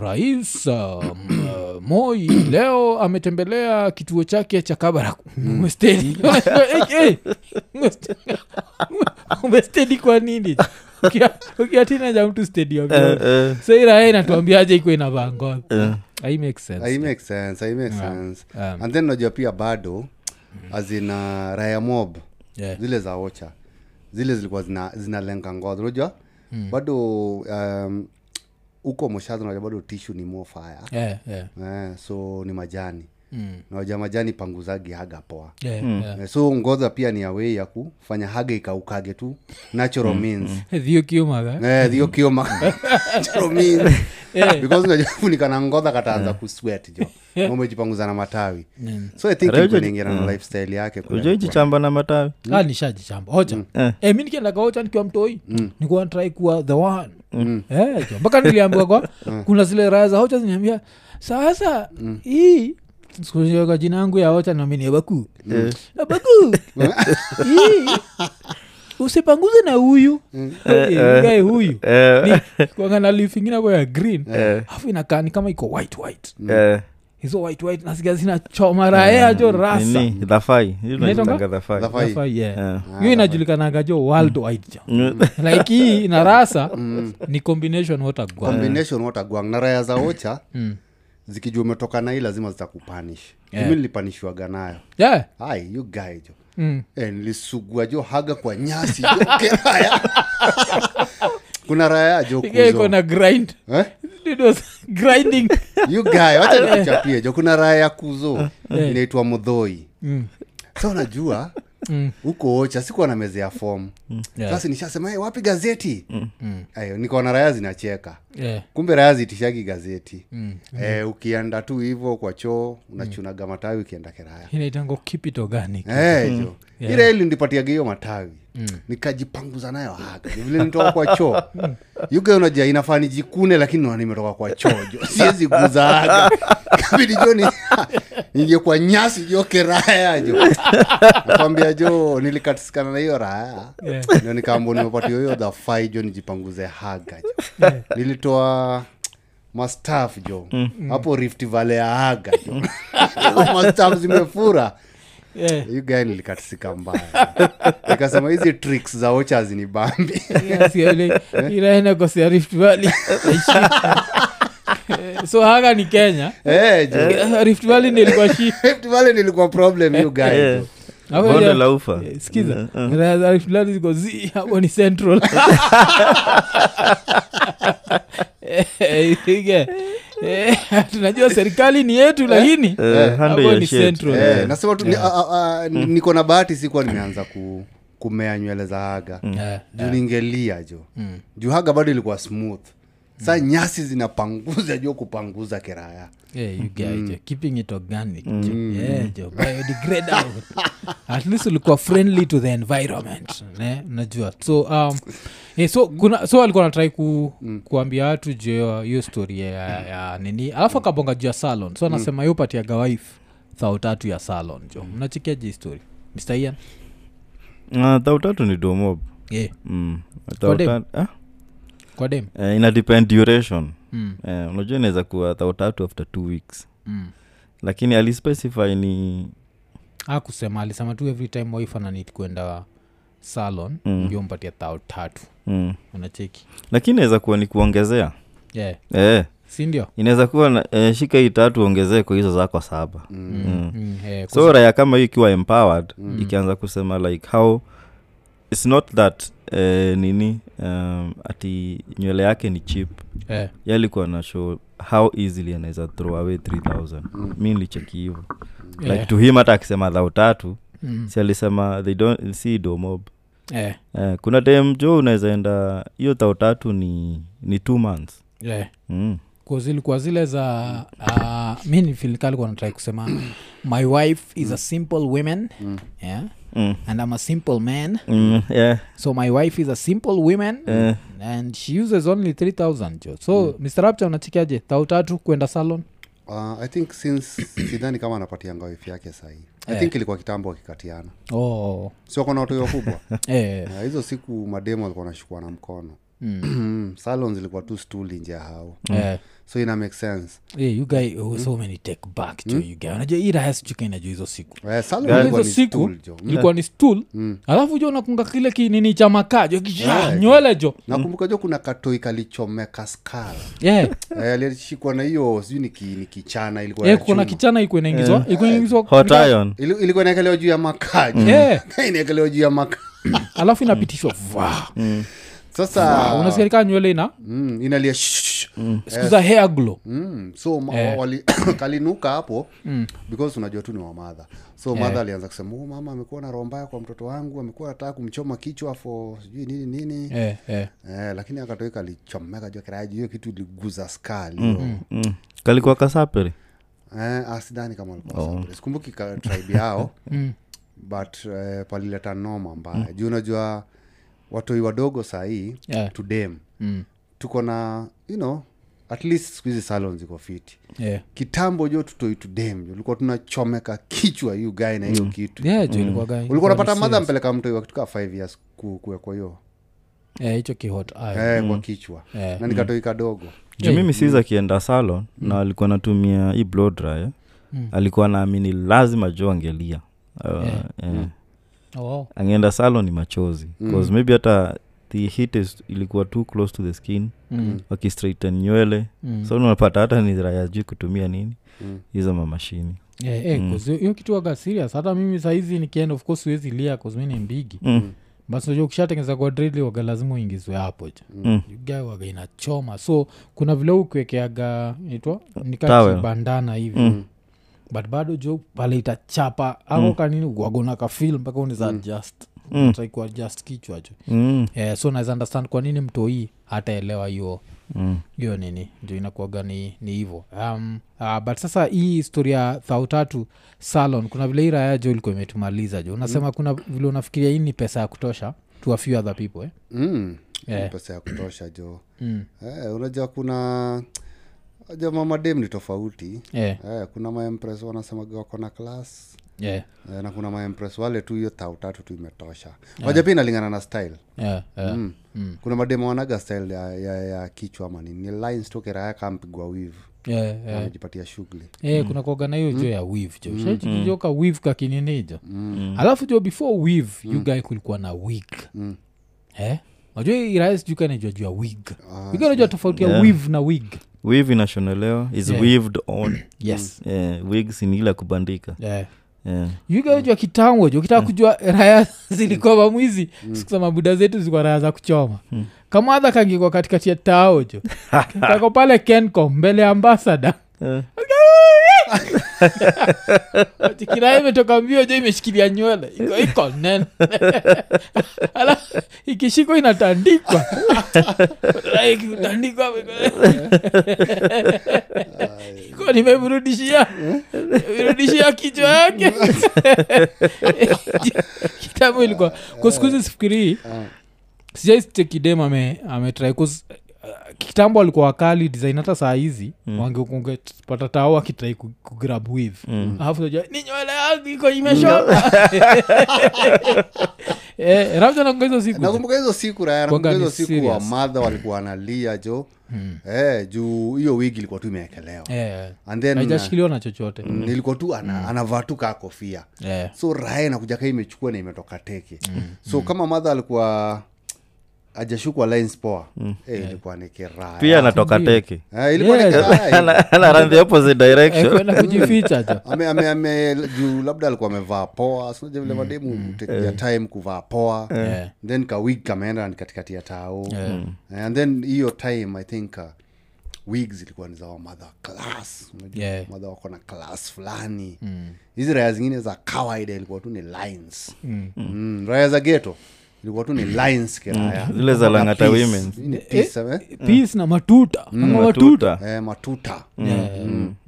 rais um, uh, moi leo ametembelea kituo chake cha kabara umestedi Eh, eh, umestedi kwa nini Ukiwa- ukiwa teenager mtu steady ovyoovyo
Eh,
sairaya inatuambiaje iko inavaa ngoza
Eh.
Ai make Ah, sense.
I make sense, I make sense.
Um, Hmm.
and then najua pia bado azina raya mob
yeah.
zile za ocha zile zilikuwa zina- zinalenga ngozi unajua bado um, huko moshazi unajua bado tishu ni more fire
Yeah, yeah.
eh, so ni majani
Mm.
naja majani panguzagi haga poa
Yeah,
Hmm.
yeah.
Eh, so ngoza pia ni awei ya kufanya haga ikaukage tu natural means
Thiyo Kiuma, eh?
Eh, hiyo kio ma- natural means.
Eh.
Because unajua funika na ngoza kataanza kuswet jo Na umejipanguza na matawi so i think
Raya
ilikuwa
uji-
inaingiana na lifestyle yake kuna-
ujua ijichamba na matawi
Ah, nishajichamba ocha
Eh.
Eh, mi nikienda kaocha nikiwa mtoi nikuwa ntrai kuwa the one Eh, jo. mpaka niliambiwa kwa kuna zile raya za ocha ziniambia sasa hii sikuweka jina yangu ya ocha namini abaku
Mm.
abaku hii usipanguze na huyu Eh, gae huyu
eh,
Ni- kuanga na leaf ingine hapo ya green alafu inakaa ni kama iko white white
eh,
hizo white white nasikia zinachoma raea jo eh, rasa
nini dhafai Hii
Inaitwanga?
tunaitanga dhafai
Dhafai.
Rafa, yeah.
Eh.
hiyo inajulikananga jo world wide jo
Mm.
like hii ina rasa ni combination water gua
combination what agwang na raya za ocha
Hmm.
zikijua umetoka na hii lazima zitakupanish
Yeah.
mi nilipanishwaga nayo
yeah
ai you guy jo
Mm.
eh, nilisugua jo haga kwa nyasi jo keraya kuna raya jo
Ike iko
kuzo
na grind
eh?
It was grinding
you guy wacha nikuchapie jo kuna raya ya kuzo inaitwa mdhoi
Mm.
sa unajua
Mm.
huko ocha sikuwa na meze ya fomu
Hmm. Yeah. Hmm.
sasa nishasema hey, wapi gazeti Ayo, nikaona raya zinacheka
yeah
kumbe raya zitishagi gazeti Eh, ukienda tu hivo kwa choo unachunaga matawi ukienda keraya
inaitango keep it organic
Eh, jo. ile ili ndipatiaga hiyo matawi
Mm.
nikajipanguza nayo haga Ni vile nitoka kwa choo
Mm.
yuga unajua inafaa nijikune lakini naona nimetoka kwa choo jo siwezi guza haga kabidi jo ni- ningie kwa nyasi jo keraya jo nakwambia jo nilikatikana na hiyo raya
Yeah.
ndio nikaambua nimepatia hiyo dhafai jo nijipanguze haga jo
Yeah. Mm.
nilitoa mastaf jo hapo rift vale ya haga jo mastaf zimefura
yeah
hiyo gari nilikatisika mbaya nikasema hizi tricks za ocha zinibambi
Eh?
ilaenekosia rift valley Eh, so haga ni kenya
Eh, jo.
Eh, rift valley nilikuwa shi
Rift Valley nilikuwa problem hiyo gari
Eh, bonde la ufa
Eh, skiza Raya za Rift Valley ziko zi hapo ni central Eh, eh, ipige. Eh, tunajua serikali ni yetu lakini
Eh, handle
hapo
your
ni
shit.
central.
Eh,
Eh, nasema tu ni- a- a- a- ni- niko na bahati sikuwa nimeanza ku, kumea nywele za haga
Eh,
juu ningelia jo juu haga bado ilikuwa smooth saa nyasi zinapanguza jo kupanguza kiraya
eh, you guys, jo, keeping it organic jo. Yeah, jo, biodegradable. at least ulikuwa friendly to the environment ne, najua so um, eh, so kuna so alikuwa natrai ku, kuambia watu juu ya hiyo story ya, ya, ya nini alafu akabonga juu ya salon so anasema mm. patiaga wife thao tatu ya salon jo mnachikia ji story mr ian
Ah, thou tatu ni domob
yeah.
mm.
Kwa
Thou
dem?
tatu- ah?
kwa dem
Eh, ina depend duration
mm.
Eh, unajua inaweza kuwa thou tatu after two weeks
mm.
lakini alispecify ni
akusema alisema tu every time wife ananit kwenda salon mm. ndio mpatia thao tatu
mm.
unacheki
lakini inaweza kuwa ni kuongezea
yeah.
eh,
sindio
inaweza kuwa na, eh, shika hii tatu ongezee kwa hizo zako saba mm. Mm.
mm, eh, kwa-
so raya kama hiyo ikiwa empowered mm. ikianza kusema like how its not that eh, nini um, ati nywele yake ni chip
eh,
yalikuwa na show how easily anaweza throw away 3000 mm. mi nilicheki hivo yeah. like
eh,
to him hata akisema dhau tatu
mm,
si alisema they don't see domob
eh,
eh, kuna time jo unaweza enda hiyo thau tatu ni ni two months
eh.
mm.
'Cause ilikuwa zile za uh, mi nifilikalikuwa natrai kusema my wife is a simple woman yeah,
Mm.
and i'm a simple man
Mm, yeah,
so my wife is a simple woman
eh. Mm.
and she uses only 3000 jo so mr rapcha unachikiaje thau tatu kwenda salon
uh, i think since sidhani kama anapatianga wife yake sahii i
Eh.
think ilikuwa kitambo wakikatiana
oh.
sio kona watu wakubwa
eh,
Eh, hizo siku mademo alikuwa anashukua na mkono
mm,
salon zilikuwa tu stuli nje ya hao
Mm.
eh.
so ina make sense
Hey, you guy oh, so many take back jo
Mm.
you guy unajua hii raha sichukaina juu hizo siku
eh, salon
Hizo
ilikuwa ni
siku
stool, jo Mm. Ah,
ilikuwa ni stool alafu jo nakunga kile kinini cha makaa jo kisha nywele jo
nakumbuka jo kuna katoi kalichomeka skal
yeah.
Eh, alishikwa na hiyo sijui ni ki- ni kichana ilikuwa
yeah,
ya
Eh, kuna
chuma. Eh.
kichana ikuwa inaingizwa ikuwa inaingizwa
hot
katika-
iron
Ili- ilikuwa inaekelewa juu ya makaa jo.
Yeah.
inaekelewa juu ya makaa
alafu
Mm.
inapitishwa va
sasa
unasikia Mm. kaa nywele ina
mm, inalia shh.
siku za hair glow
mm, so ma-
Eh.
wali, kalinuka hapo
Mm.
because unajua tu ni wamadha
Eh.
so madha alianza kusema "Oh, mama amekuwa na roho mbaya kwa mtoto wangu amekuwa anataka kumchoma kichwa fo sijui nini nini
eh, eh.
Eh, lakini akatoika alichomeka jua kiraji hiyo kitu iliguza skali mm.
mm. kalikuwa kasaperi
eh, asidhani kama oh. sikumbuki ka- tribe yao
Mm.
but eh, palileta noma mbaya juu unajua watoi wadogo sahii
Yeah.
tudem
Mm.
tuko na you know at least siku hizi salon ziko fiti
Yeah.
kitambo jo tutoi tudem jo ulikuwa tunachomeka kichwa hiyu gae na hiyo kitu
Mm. Yeah, jo, ilikuwa gai-
Mm. ulikuwa
ilikuwa
unapata
ni
madha
serious.
mpeleka mtoi wakitukaa five years ku- kuwekwa hiyo
Eh, hicho kihot iron.
eh, kwa kichwa
Eh.
na nikatoi kadogo
juu mimi
mm.
siz akienda salon na alikuwa anatumia hii blow dryer
Mm.
alikuwa naamini lazima jo angelia uh,
Yeah.
eh.
Oh, wow.
angeenda salon ni machozi bcause maybe hata the heat is, ilikuwa too close to the skin
Mm.
wakistraighten nywele
Mm.
so unapata hata ni raya juu kutumia nini
Mm.
hizo mamashini
Eh, eh,
Mm.
'cause hiyo kitu waga serious hata mimi saizi nikienda of course siwezi lia 'cause mi ni mbigi
Mm.
bas najua ukishatengeza kwa drili waga lazima uingizwe hapo jo
Mm.
Gae waga inachoma so kuna vile ukuekeaga itwa
Towel. Mm.
nikakibandana hivi but bado jo pale itachapa ako kanini wagona kafil mpaka uniza adjust
Mm.
try kuadjust kichwa jo
Mm.
eh, so naweza understand kwa nini mtoii hataelewa hiyo
Mm.
hiyo nini ndio inakuaga ni ni hivo um, uh, but sasa hii historia thau tatu salon kuna vile hii raya jo ilikuwa imetumaliza jo unasema
Mm.
kuna vile unafikiria hii ni pesa ya kutosha to a few other people eh?
mm.
Eh.
pesa ya kutosha jo
mm.
eh, unajua kuna unajua mamadem ni tofauti
eh,
eh, kuna maempress wanasemaga wako na class
eh,
eh, na kuna maempress wale tu hiyo thau tatu tu imetosha waja pia inalingana na style
eh, eh.
mm. Mm. kuna mademo wanaga style ya, ya, ya kichwa ama nini ni lines tu kiraya kampigwa wivu
Eh, eh.
amejipatia shughuli
Eh, kuna kuaga na hiyo jo ya wiv jo shajikijoka wiv kakinineja
Mm.
alafu jo before wiv mm. ugae kulikuwa na wig mm. eh? najua irahisijukanajua juu ya wig
Ah.
uganajua tofauti ya
Yeah.
wiv na wig
wiv inashonelewa is
Yeah.
weaved on
yes
eh, wigs ni ile ya kubandika
Eh,
yeah.
yugajua kitambo jo kitaka kujua raya zilikova mwizi sikusema buda zetu zikuwa raya za kuchoma kamadha kangikwa katikati ya tao jo kako pale kencom mbele ya ambasada
Eh.
kiraa imetoka mbio jo imeshikilia nywele iko iko nene ala ikishikwa inatandikwa Rai ikitandikwa, iko nimemrudishia virudishia kichwa yake kitabu ilikuwa kusikuzi sifikirii sijaistekidem ametrai uh, kitambo alikuwa wakali design hata saa hizi wangepata tao akitrai kugrab wiv alafu unajua, ni nywele yangu iko imeshoka Eh, Ramja anakumbuka hizo siku
nakumbuka hizo siku raya nakumbuka
Kwanga
hizo
ni
siku
serious. Hmm.
wa madha walikuwa wanalia jo eh, juu hiyo wigi ilikuwa tu imeekelewa
Eh,
and then
haijashikiliwa Hmm. na chochote
mm, ilikuwa tu ana, anavaa tu kaa kofia
Eh,
so raya inakuja kaa imechukua na imetoka teke
Hmm.
so kama madha alikuwa ajashukwa lines poa
Hmm.
eh, ilikuwa ni kiraya
pia anatoka
ah, Ndio.
teke
eh, ilikuwa ni
Yeah.
kiraya
Ana- ana run the opposite
eh,
direction
kwenda kujificha jo
ame, ame, ame juu labda alikuwa amevaa poa sinaja
Mm,
vile mademu
Eh.
utekia time kuvaa poa
Eh.
then kawig kameenda ni katikati ya tao
Eh.
Mm.
and then hiyo time i think uh, wig zilikuwa ni za wamadha wa class unajua
Yeah.
madha wako na class fulani hizi raya zingine za kawaida ilikuwa tu ni lines mm. raya za geto ilikuwa tu ni lines kiraya
Mm. Zile za
Na
Lang'ata
peace.
women.
Ni peace, eh?
peace na matuta ama matuta
matuta
Eh, matuta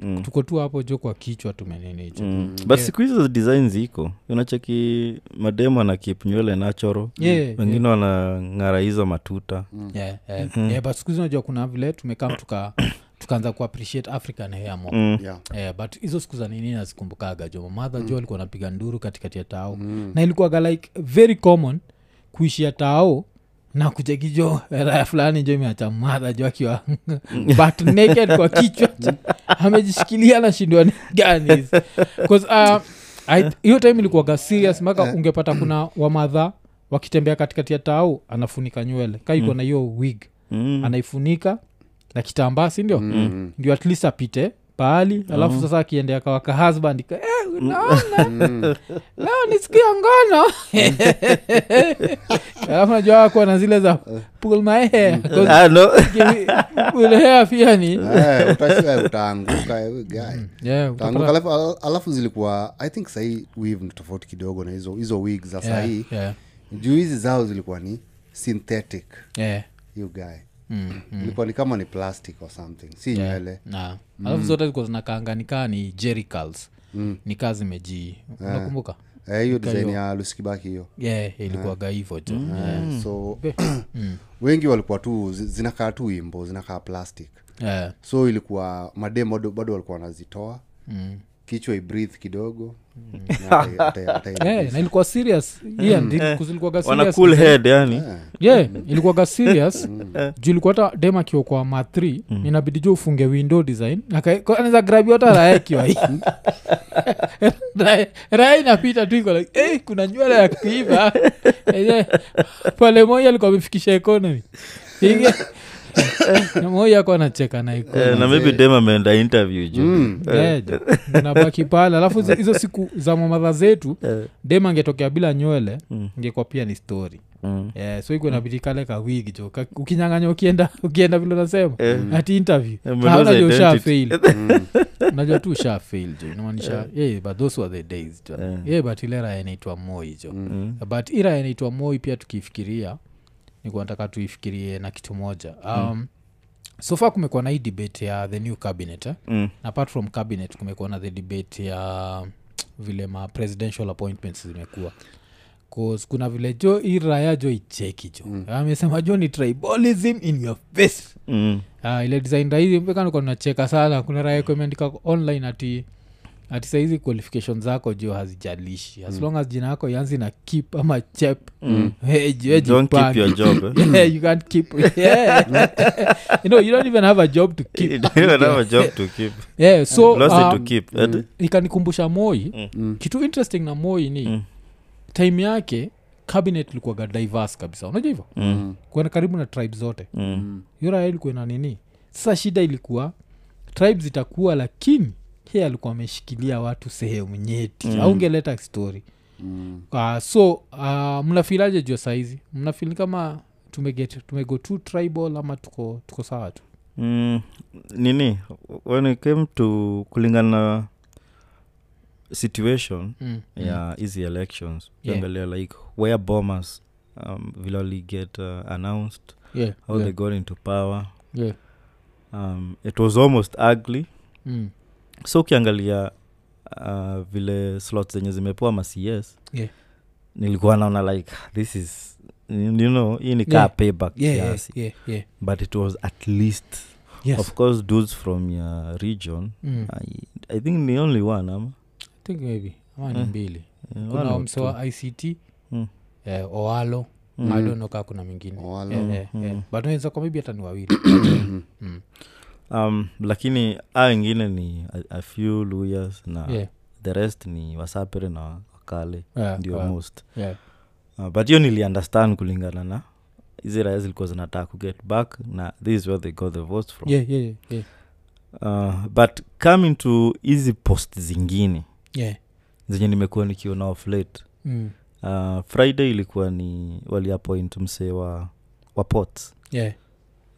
Eh, tuko tu hapo jo kwa kichwa tumenini hicho
Mm. but siku hizo design ziko unacheki mademo ana kip nywele nachoro
Yeah, Mm.
wengine wanang'ara hizo matuta
yeah, yeah. yeah, but sikuhizi unajua kuna vile tumekam tuka tukaanza kuappreciate african hair more
yeah.
Yeah, Eh, but hizo siku za nini nazikumbukaga jo mamadha jo alikuwa anapiga nduru katikati ya tao na ilikuwaga like very common kuishia tao na kuchekijo raya fulani jo imeacha madha jo akiwa but naked kwa kichwa cha- amejishikilia na shindwa ni gani hizi. 'Cause, uh, I- hiyo time ilikuwaga serious mpaka ungepata kuna wamadha wakitembea katikati ya tao anafunika nywele ka yuko na hiyo wig
Mm.
anaifunika na kitambaa sindio mm. ndio at least apite pahali alafu sasa akiendea kawaka husband ka, eh, unaona leo ni siku ya ngono alafu najua wako na zile za pull my hair 'cause
Ah, no.
pull hair pia ni
Eh, utashuka, utaanguka eh, guy.
yeah, utapata-
Utaanguka, alafu, al- alafu zilikuwa i think sahii wave ni tofauti kidogo na hizo hizo wig za
yeah,
sahii
yeah,
juu hizi zao zilikuwa ni synthetic
yeah.
you guy ilikuwa ni kama ni plastic or something si
Mm, Yeah.
nywele
Na, alafu zote zilikuwa zinakaanganikaa ni jericals nikaa zimejii unakumbuka
Eh, hiyo design ya lusikibaki hiyo
yeah, Mm. ilikuwaga hivo jo
Eh, so
Mm.
wengi walikuwa tu zi- zinakaa tu wimbo zinakaa plastic
yeah.
so ilikuwa madem bado bado walikuwa wanazitoa
Mm.
kichwa ibreathe kidogo Na ata- ata- ata-
Yeah, na ilikuwa serious yeah, ndi- kus- ilikuwaga
wana
serious Ah,
cool head yani
yeah, ilikuwaga serious juu ilikuwa hata dem akiokwa ma th inabidi jo ufunge window design Aka- kwa- anaweza grabi hata raya ikiwa hii Raya- raya inapita tu iko like hey, kuna nywele ya kuiva Enye, pale moi alikuwa amefikisha economy Inge- na moi ako anacheka na economy
Eh, na maybe dem ameenda interview juu
Mm.
Eh, nabaki pale alafu hizo- hizo siku za mamadha zetu
Eh. Mm.
dem angetokea bila nywele ingekuwa pia ni story Eh, so iko inabidi kale kawigi jo Ka- ukinyang'anya ukienda ukienda vile unasema ati interview
Eh,
Na
mnauza
unajua usha
identity. Eh.
fail unajua tu usha fail jo inamaanisha yeah, but those were the days jo yeah. but ile raya inaitwa moi jo
Mm.
but hii raya inaitwa moi pia tukiifikiria nikuwa nataka tuifikirie na kitu moja
Mm.
um, so far kumekuwa na hii debate ya the new cabinet eh?
Mm.
apart from cabinet kumekuwa na the debate ya vile ma presidential appointments zimekuwa cause kuna vile jo hii raya jo icheki jo amesema jo ni tribalism in your face
Mm.
Ah, ile design rahii mpekanikuwa nacheka sana kuna raya kumeandika online ati ati saizi qualification zako jo hazijalishi
Mm.
as long as jina yako yanzi na kip ama chep mm. hey,
don't keep your job eh.
yeah, you can't keep yeah. you know you don't even have a job to
You
keep
don't even have a job to keep
yeah, so
Lost it to
um,
keep ati?
ikanikumbusha
Mm.
moi kitu interesting na moi ni time yake cabinet likuwaga diverse kabisa unajua hivyo
Mm.
kuana karibu na tribe zote
Mm.
yura ilikuwa na nini sasa shida ilikuwa tribe zitakuwa lakini hi alikuwa ameshikilia watu sehemu nyeti mm. aungeleta story mm. uh, so uh, mnafilaje jua saizi mnafili kama tumeget tumego tu tribal ama tuko tuko sawa tu
mm, nini when it came to kulingana na situation
mm.
ya hizi elections
Yeah.
ukiangalia like where bombers um, vile waliget uh, announced
yeah,
how
yeah,
they got into power
yeah.
um, it was almost ugly
Mm.
so ukiangalia uh, vile slot zenye zimepewa ma cs
Yeah.
nilikuwa naona like this is you know hii ni kaa
Yeah.
payback
Yeah, yeah,
kiasi
yeah, yeah.
but it was at least
Yes.
of course dudes from your region
Mm.
I, i think ni only one ama
I think maybe ama ni
Eh.
mbili
Eh, one
kuna
or two.
msoa ict
Mm.
eh, oalo
Mm.
adonoka kuna mingine
Oalo.
Eh, eh,
Mm.
eh. but naweza kwa maybe hata ni wawili Mm.
um, lakini a wengine ni a, a few luyas na
Yeah, Ah,
the rest ni wasapere na wakale
yeah,
ndio
yeah,
most
yeah.
uh, but hiyo niliunderstand kulingana na hizi raya zilikuwa zinataka kuget back na this is where they got the votes from
Yeah, yeah, yeah, yeah,
uh, but coming to hizi post zingine
yeah.
zenye nimekuwa nikiona off late
Mm.
uh, friday ilikuwa ni waliappoint msee wa, wa pots
Yeah.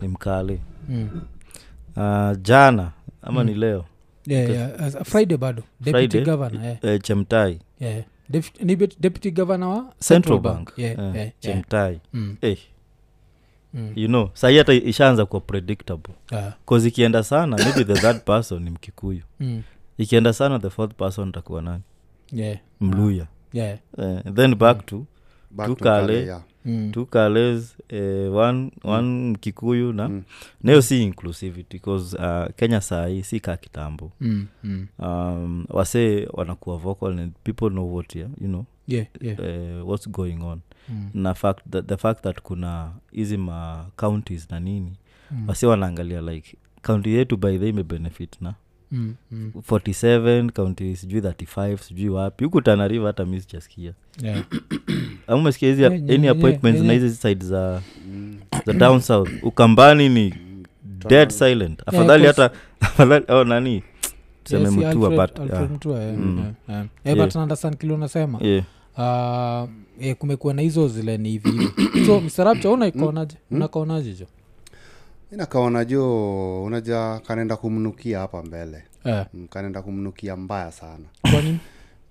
ni mkale
Mm.
uh, jana ama
Mm.
ni leo
Yeah,
Because-
yeah. As- friday bado deputy
Friday?
governor eh.
eh, chemtai
yeah. Def- ni bet- deputy governor wa
central bank
Yeah,
eh,
yeah, yeah.
chemtai
Mm,
Eh,
mm.
you know sahii hata ishaanza kuwa predictable
Ah,
cause ikienda sana maybe the third person ni mkikuyu
mm.
ikienda sana the fourth person takuwa nani
Yeah,
mluya
yeah.
eh, then back to
Back
Tu
to Kale,
Kale.
yeah.
Mm.
two kales eh, one, one mkikuyu na mm. nayo si inclusivity cause uh, kenya sahii si kaa kitambo
Mm, mm.
um, wasee wanakuwa vocal and people know what yeah, you know
Yeah, yeah.
eh, what's going on
Mm,
na fact that, the fact that kuna hizi ma counties na nini
mm,
wasi wanaangalia like kaunti yetu by the imebenefit na
mm, mm.
47 kaunti sijui 35 sijui wapi huku tanariva hata mi sijasikia
Yeah.
Ama umesikia hizi
Yeah, yeah,
any
yeah,
appointments
yeah,
na
yeah.
hizi side za za down south ukambani ni dead silent afadhali
of
hata afadhali oh, nani tuseme
Yes, yeah,
mtua
Alfred-
but
Alfred Mutua, eh,
Mm.
eh, eh. Eh,
Yeah.
but naunderstand kile unasema
yeah, yeah.
Ah, eh, kumekuwa na hizo zile ni hivi hivi so msarapcha
Mm.
unaikaonaje unakaonaje jo
inakaona jo unaja kanaenda kumnukia hapa mbele
Eh,
Mm, kanaenda kumnukia mbaya sana
kwani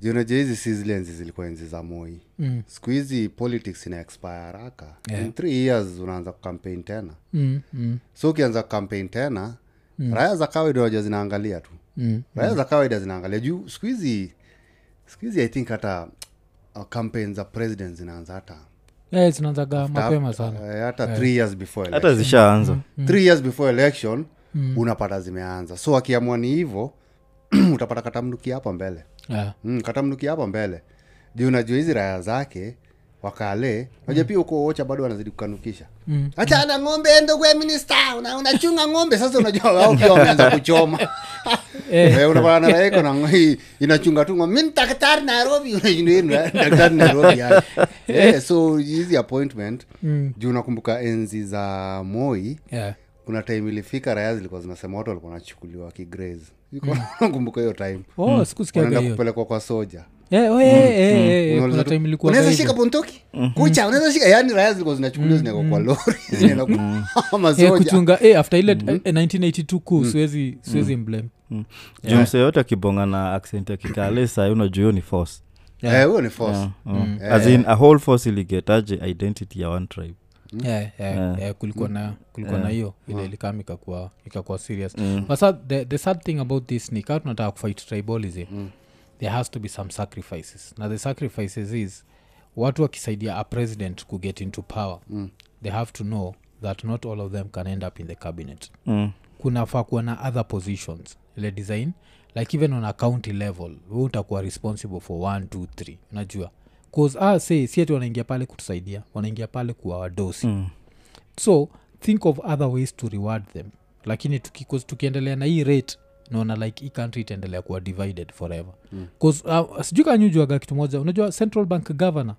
junaja hizi si zile enzi zilikuwa enzi za moi
Mm,
siku hizi politics ina expire haraka
Yeah.
in three years unaanza kucampaign tena
mm, mm,
so ukianza kucampaign tena
Mm.
raya za kawaida waja zinaangalia tu
mm.
raya za kawaida zinaangalia juu siku hizi siku hizi i think hata uh, campaign za president zinaanza hata
Eh, zinaanzaga mapema
hata-
sana
eh, hata three years before election.
hata zishaanza
three years before election
Mm.
unapata zimeanza so akiamua ni hivo utapata katamnukia hapa mbele
Eh,
mm, katamnukia hapa mbele juu unajua hizi raya zake wakale najua pia uko ocha bado wanazidi kukanukisha
Mm.
achana ng'ombe ende kwe minista una- unachunga ng'ombe sasa unajua wao pia wameanza kuchoma
Eh.
Eh, unapata na raia iko na ngo- hii, inachunga tu ng'ombe mi ni daktari nairobi Unajua ni eh, daktari nairobi yani. Eh, so hizi appointment
Mm.
juu nakumbuka enzi za moi
Yeah.
kuna time ilifika raya zilikuwa zinasema watu walikuwa wanachukuliwa kigraze nakumbuka hiyo time
Oh,
Mm.
sikusikiaga
wanaenda
Mm. hiyo.
kupelekwa kwa soja
Eh, oh, eh, eh, eh, eh,
Unauliza
kuna
tu,
time ilikuwa
unaweza
hivyo.
shika bunduki
Mhm.
kucha unaweza shika yani raya zilikuwa
Mm,
zinachukuliwa zinaekwa kwa lori zinaenda kwa
Eh,
masoja
kuchunga eh, after ile
Mm.
eh, 1982 kuu siwezi siwezi mblame
juu msee yote akibonga na accent ya kikale sai unajua hiyo ni force
Eh, huyo ni force
Mm. As in, a whole force iligetaje identity ya one tribe
yeah, yeah,
Yeah.
yeah, kulikuwa na kulikuwa na hiyo ile ilikam ikakuwa ikakuwa serious but sa the, the sad thing about this ni kaa tunataka kufight tribalism there has to be some sacrifices na the sacrifices is watu wakisaidia a president kuget into power they have to know that not all of them can end up in the cabinet
mm.
kunafaa kuwa na other positions ile design like even on a county level we utakuwa responsible for one two three unajua cause ah, say sieti wanaingia pale kutusaidia wanaingia pale kuwa wadosi mm. so think of other ways to reward them lakini tuki, 'cause tukiendelea na hii rate naona like hii country itaendelea kuwa divided forever mm. cause uh, sijui kanyujuaga kitu moja unajua central bank governor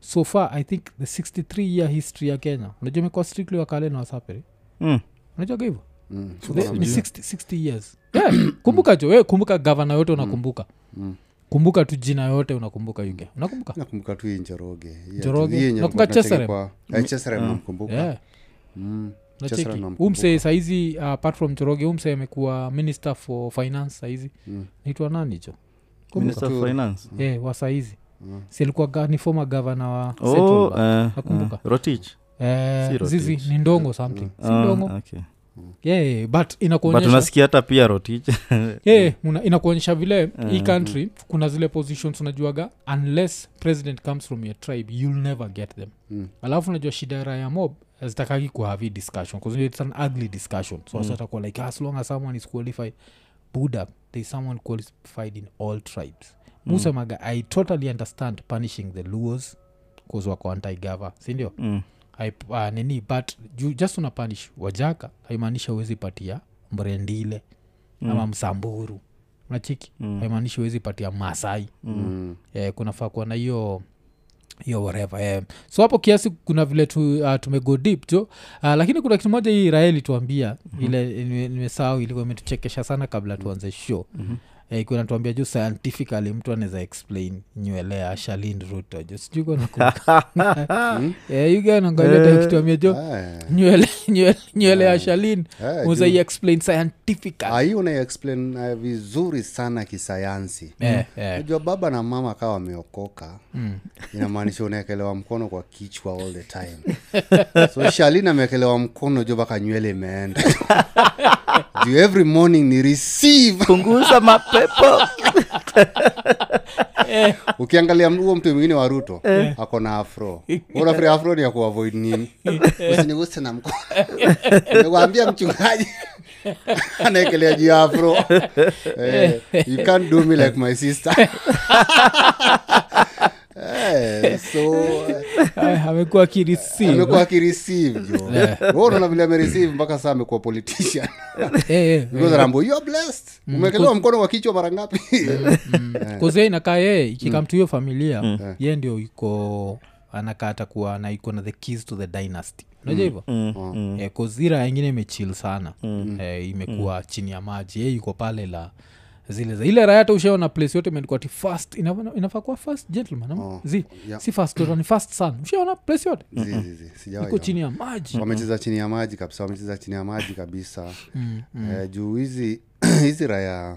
so far i think the 63 year history ya kenya unajua imekuwa strictly wakale na wasapere
Mm.
unajuaga hivo
Mm.
They- ni 60, 60 years yeah. kumbuka jo we kumbuka gavana yote unakumbuka kumbuka tu jina yote unakumbuka yuge unakumbuka
nakumbuka tu hii njoroge Hii ati-
Njoroge.
hii yenye
Nakumbuka
tulikuwa tunacheki
Cheserem.
kwa- eh, Cheserem namkumbuka.
Mm. yeah.
Mm. Cheserem
nacheki
namkumbuka.
umse saizi uh, apart from choroge umse amekuwa minister for finance saizi
Mm.
naitwa nani jo
Minister of
tu.
Finance.
yeah, wa saizi si alikuwa ga, ni former gavana wa
Mm. Oh,
Central
uh,
Bank.
uh,
Nakumbuka.
Rotich.
eh,
si
zizi
Rotich.
ni ndongo something si ndongo
Ah, okay.
yeah, yeah, but
but
inakuonyesha
unasikia hata pia Rotich.
yeah, una- inakuonyesha vile uh, hii
Mm.
country kuna zile positions unajuaga unless president comes from your tribe you'll never get them
Mm.
alafu unajua shida ya raya mob zitakagi kuhavi discussion 'cause it's an ugly discussion so mm. atakuwa like as long as someone is qualified buddha there is someone qualified in all tribes musemaga i totally understand punishing the luos cause wako antigava sindio
Mm.
Hai- ah, nini but ju, just una punish wajaka haimaanishi huwezi patia mrendile mm. ama msamburu nachiki mm. haimaanishi huwezi patia masai
Mm.
eh, kunafaa kuwa na hiyo hiyo whatever eh. so hapo kiasi kuna vile tu, uh, tumego deep jo uh, lakini kuna kitu moja hii rahel tuambia mm-hmm. ile nime- nimesahau ilikuwa imetuchekesha sana kabla tuanze show mm-hmm Eh, ikiwa natuambia juu scientifically mtu anaweza explain nywele ya shalin ruto jo sijui kuwa
Hmm?
Eh, nakuuganaangaliatakituambia jo
Ah,
nywele nywele- nywele ya shalin
eh,
uzai
juu-
explain
Ah,
scientifically
hii unaiexplain uh, vizuri sana kisayansi
eh, eh.
najua baba na mama kawa wameokoka mm. inamaanisha unaekelewa mkono kwa kichwa all the time so shalin amewekelewa mkono jo mpaka nywele imeenda juu every morning ni receive
punguza mapepo
ukiangalia huo mtu mwingine wa ruto ako na afro unafri afro ni ya kuavoid nini usiniguse na mkono nimekuambia mchungaji anaekelea juu ya afro Eh, you can't do me like my sister Eh, so
Ah, amekuwa kirisi
amekuwa akireceive jo Wewe unaona vile amereceive mpaka saa amekuwa politician
Eh,
because rambo you are blessed umekelewa mkono kwa kichwa mara ngapi Mm.
kuzia inakaa yeye ikikamtu hiyo familia yeye ndio iko anakaa atakuwa na iko na the keys to the dynasty unajua
Mm.
hivyo Eh, 'cause ira ingine imechil sana
Mm.
eh, imekuwa chini ya maji yeye yuko pale la zile za ile raya hata ushaona place yote imeandikwa ati first ina- inafaa kuwa first gentleman ama?
Oh,
Zi-
yeah.
si first daughter, ni first son ushaona place yote
Zi, zi, zi, sijawahi
iko
ona.
chini ya maji
wamecheza chini ya maji kabisa wamecheza chini ya maji kabisa
Mm,
Eh, juu hizi hizi raya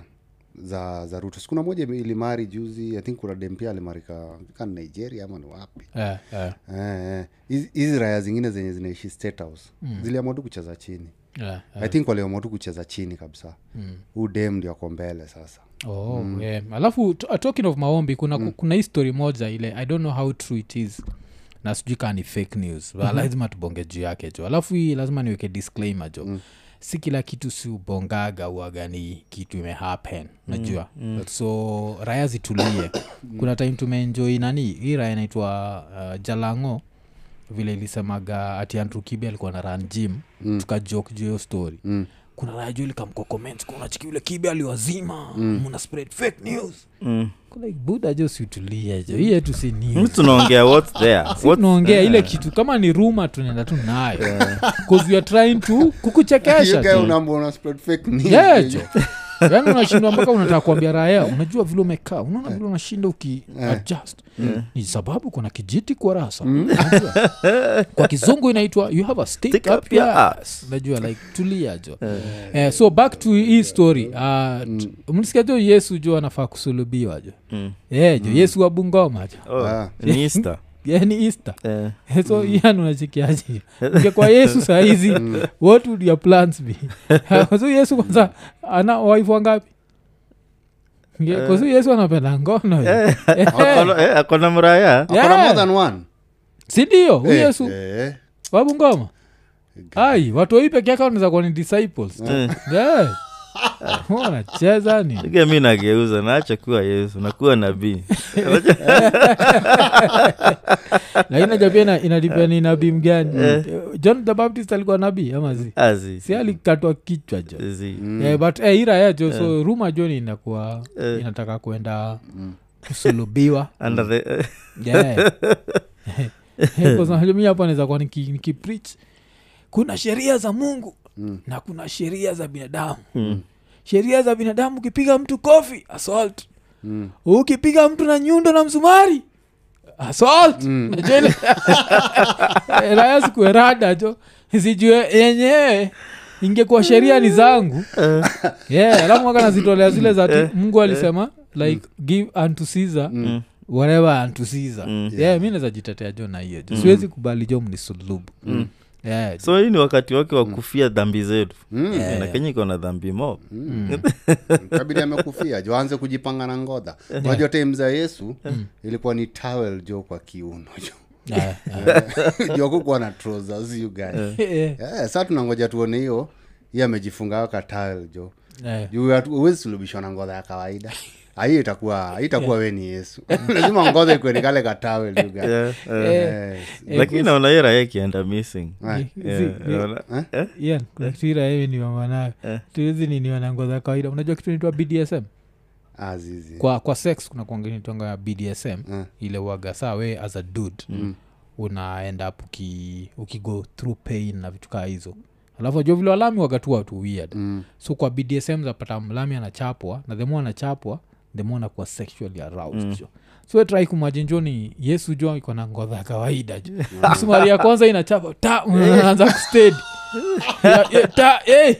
za za ruto sikuna moja ime- ilimari juzi i think kuna dem pia alimarika ka ni nigeria ama ni wapi
Eh, eh,
Eh, eh, hizi hizi raya zingine zenye zinaishi state house ziliamua tu kucheza chini
Mm. eh. Mm.
i think waliamua tu kucheza chini kabisa huu dem ndio ako mbele sasa
Oh, yeah. alafu t- uh, talking of maombi kuna, mm. kuna hii story moja ile i don't know how true it is na sijui kaa ni fake news mm-hmm. lazima tubonge juu yake jo alafu hii lazima niweke disclaimer jo mm si kila kitu si ubongaga uagani kitu imehappen najua mm, mm. so raya zitulie kuna time tumeenjoi nani hii raya inaitwa uh, jalango vile ilisemaga ati andrew kibe alikuwa na ran jim mm. tukajok juu hiyo story mm kuna raya juu likamko comments kuna chiki yule kibe aliwazima mna spread fake news
Mm.
Kuna like buda jo siutulie jo hii yetu si news
Mi tunaongea what's there What's-
tunaongea ile kitu kama ni ruma tunaenda tu nayo bcause we are trying to kukuchekesha tu. Yeah, jo yaani unashindwa mpaka unataka kuambia raya unajua vile umekaa unaona vile unashinda uki adjust ni sababu kuna kijiti kwa rasa Unajua? kwa kizungu inaitwa you have a stick
Stick
up your ass. unajua like tulia jo Eh, so back to hii story uh, t- mlisikia jo yesu jo anafaa kusulubiwa jo Eh, jo yesu wa bungoma jo
Mm. Oh,
Ah.
ni Easter.
yani easter
Eh,
so yan unachikiaji ngekwa yesu sahizi what would your plans be kwasu yesu kwanza ana waifu wangapi kwasu yesu anapenda ngono
akono- eh, akona mraya
akona
Yeah.
more than one
sindio huyu
Eh,
yesu Ah.
eh,
wabu ngoma ai watu wai peke yake wanaweza kuwa ni disciples
Eh.
Yeah. wanacheza ni
Sikia mi nageuza naacha kuwa yesu nakuwa nabii
lakini japia inadipia ni nabii mgani john the baptist alikuwa nabii ama zi
Azi.
si alikatwa kichwa jo
Zi.
Mm.
yeah, but eh, ira yajo so ruma joni inakuwa inataka kuenda kusulubiwa
Under the- eh,
Yeah. Eh, kwa sababu mimi hapo naweza kuwa niki- nikipreach kuna sheria za mungu mm. na kuna sheria za binadamu mm. sheria za binadamu ukipiga mtu kofi assault mm. ukipiga mtu na nyundo na msumari assault Eh, mm. najele raya sikuerada jo sijue yenyewe ingekuwa sheria ni zangu yeah, alafu aka nazitolea zile za mungu alisema like give unto caesar Eh. mm whatever unto caesar mm. yeah, mi nazajitetea jo na hiyo jo siwezi kubali jo mnisulubu mm. yeah,
so hii ni wakati wake wa kufia dhambi zetu yeah, na kenya iko na dhambi mo
mm.
kabidi amekufia jo anze kujipanga na ngodha najua time za yesu ilikuwa ni towel jo kwa kiuno jo
yeah, yeah.
jokukuwa na trousers you guys
yeah.
yeah, saa tunangoja tuone hiyo hiyo amejifunga katile jo
yeah.
Juu hatu- huwezi sulubishwa na ngodha ya kawaida hiyo itakuwa itakuwa we ni yesu lazima ngodha ikue ni kale katawe luga
yeah, yeah.
Yes.
lakini naona hiyo raia ikienda missing
Eh,
Yeah, naona- eh?
yeah, kunaktira hivi ni mamanayo
Eh.
tuizi ni niwanango za kawaida unajua kitu naitwa bdsm
azizi
kwa kwa sex kuna kuanganitonga ya bdsm
Eh.
ile waga saa we as a dud mm. una end up uki, ukigo through pain na vitu kaa hizo alafu najua vile walami wagatua watu weird mm. so kwa bdsm zapata mlami anachapwa na themo anachapwa themo anakuwa sexually aroused mm. so we try kumajin jo ni yesu jo iko na ngodha ya kawaida jo
Mm.
msumari ya kwanza inachapa ta
Eh.
anza kustedi Ya- ya- ta eh.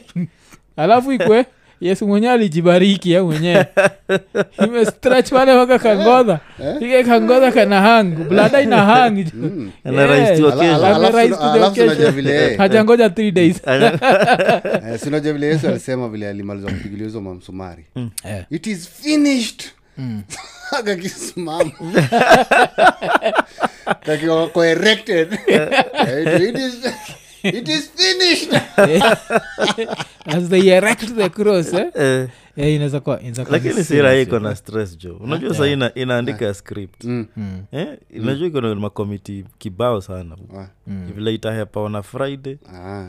alafu ikwe yesu mwenyewe alijibariki ya mwenyewe imestrach pale waka kangodha
Eh?
ike kangodha kana hang blada ina hang
Anarahisishiwa
Yeah.
kesho.
Ala-
Ame rise to
Mm. alafu-
the
alafu unaja
occasion.
vile
hajangoja th days
eh, si unajua vile yesu alisema vile alimaliza kupigilia hizo mamsumari
Eh.
it is finished akakisimama kakiwa ko erected Eh, it is, it is finished
Eh. as they erect the cross eh?
Eh,
Eh, inaweza kuwa- inaweza kuwa
lakini
ni
si raia
serious,
iko na stress jo unajua saa ina, inaandika script
Mm.
eh? unajua iko na makomiti kibao sana Mm.
Wa-
vile itahepa ona friday
ah.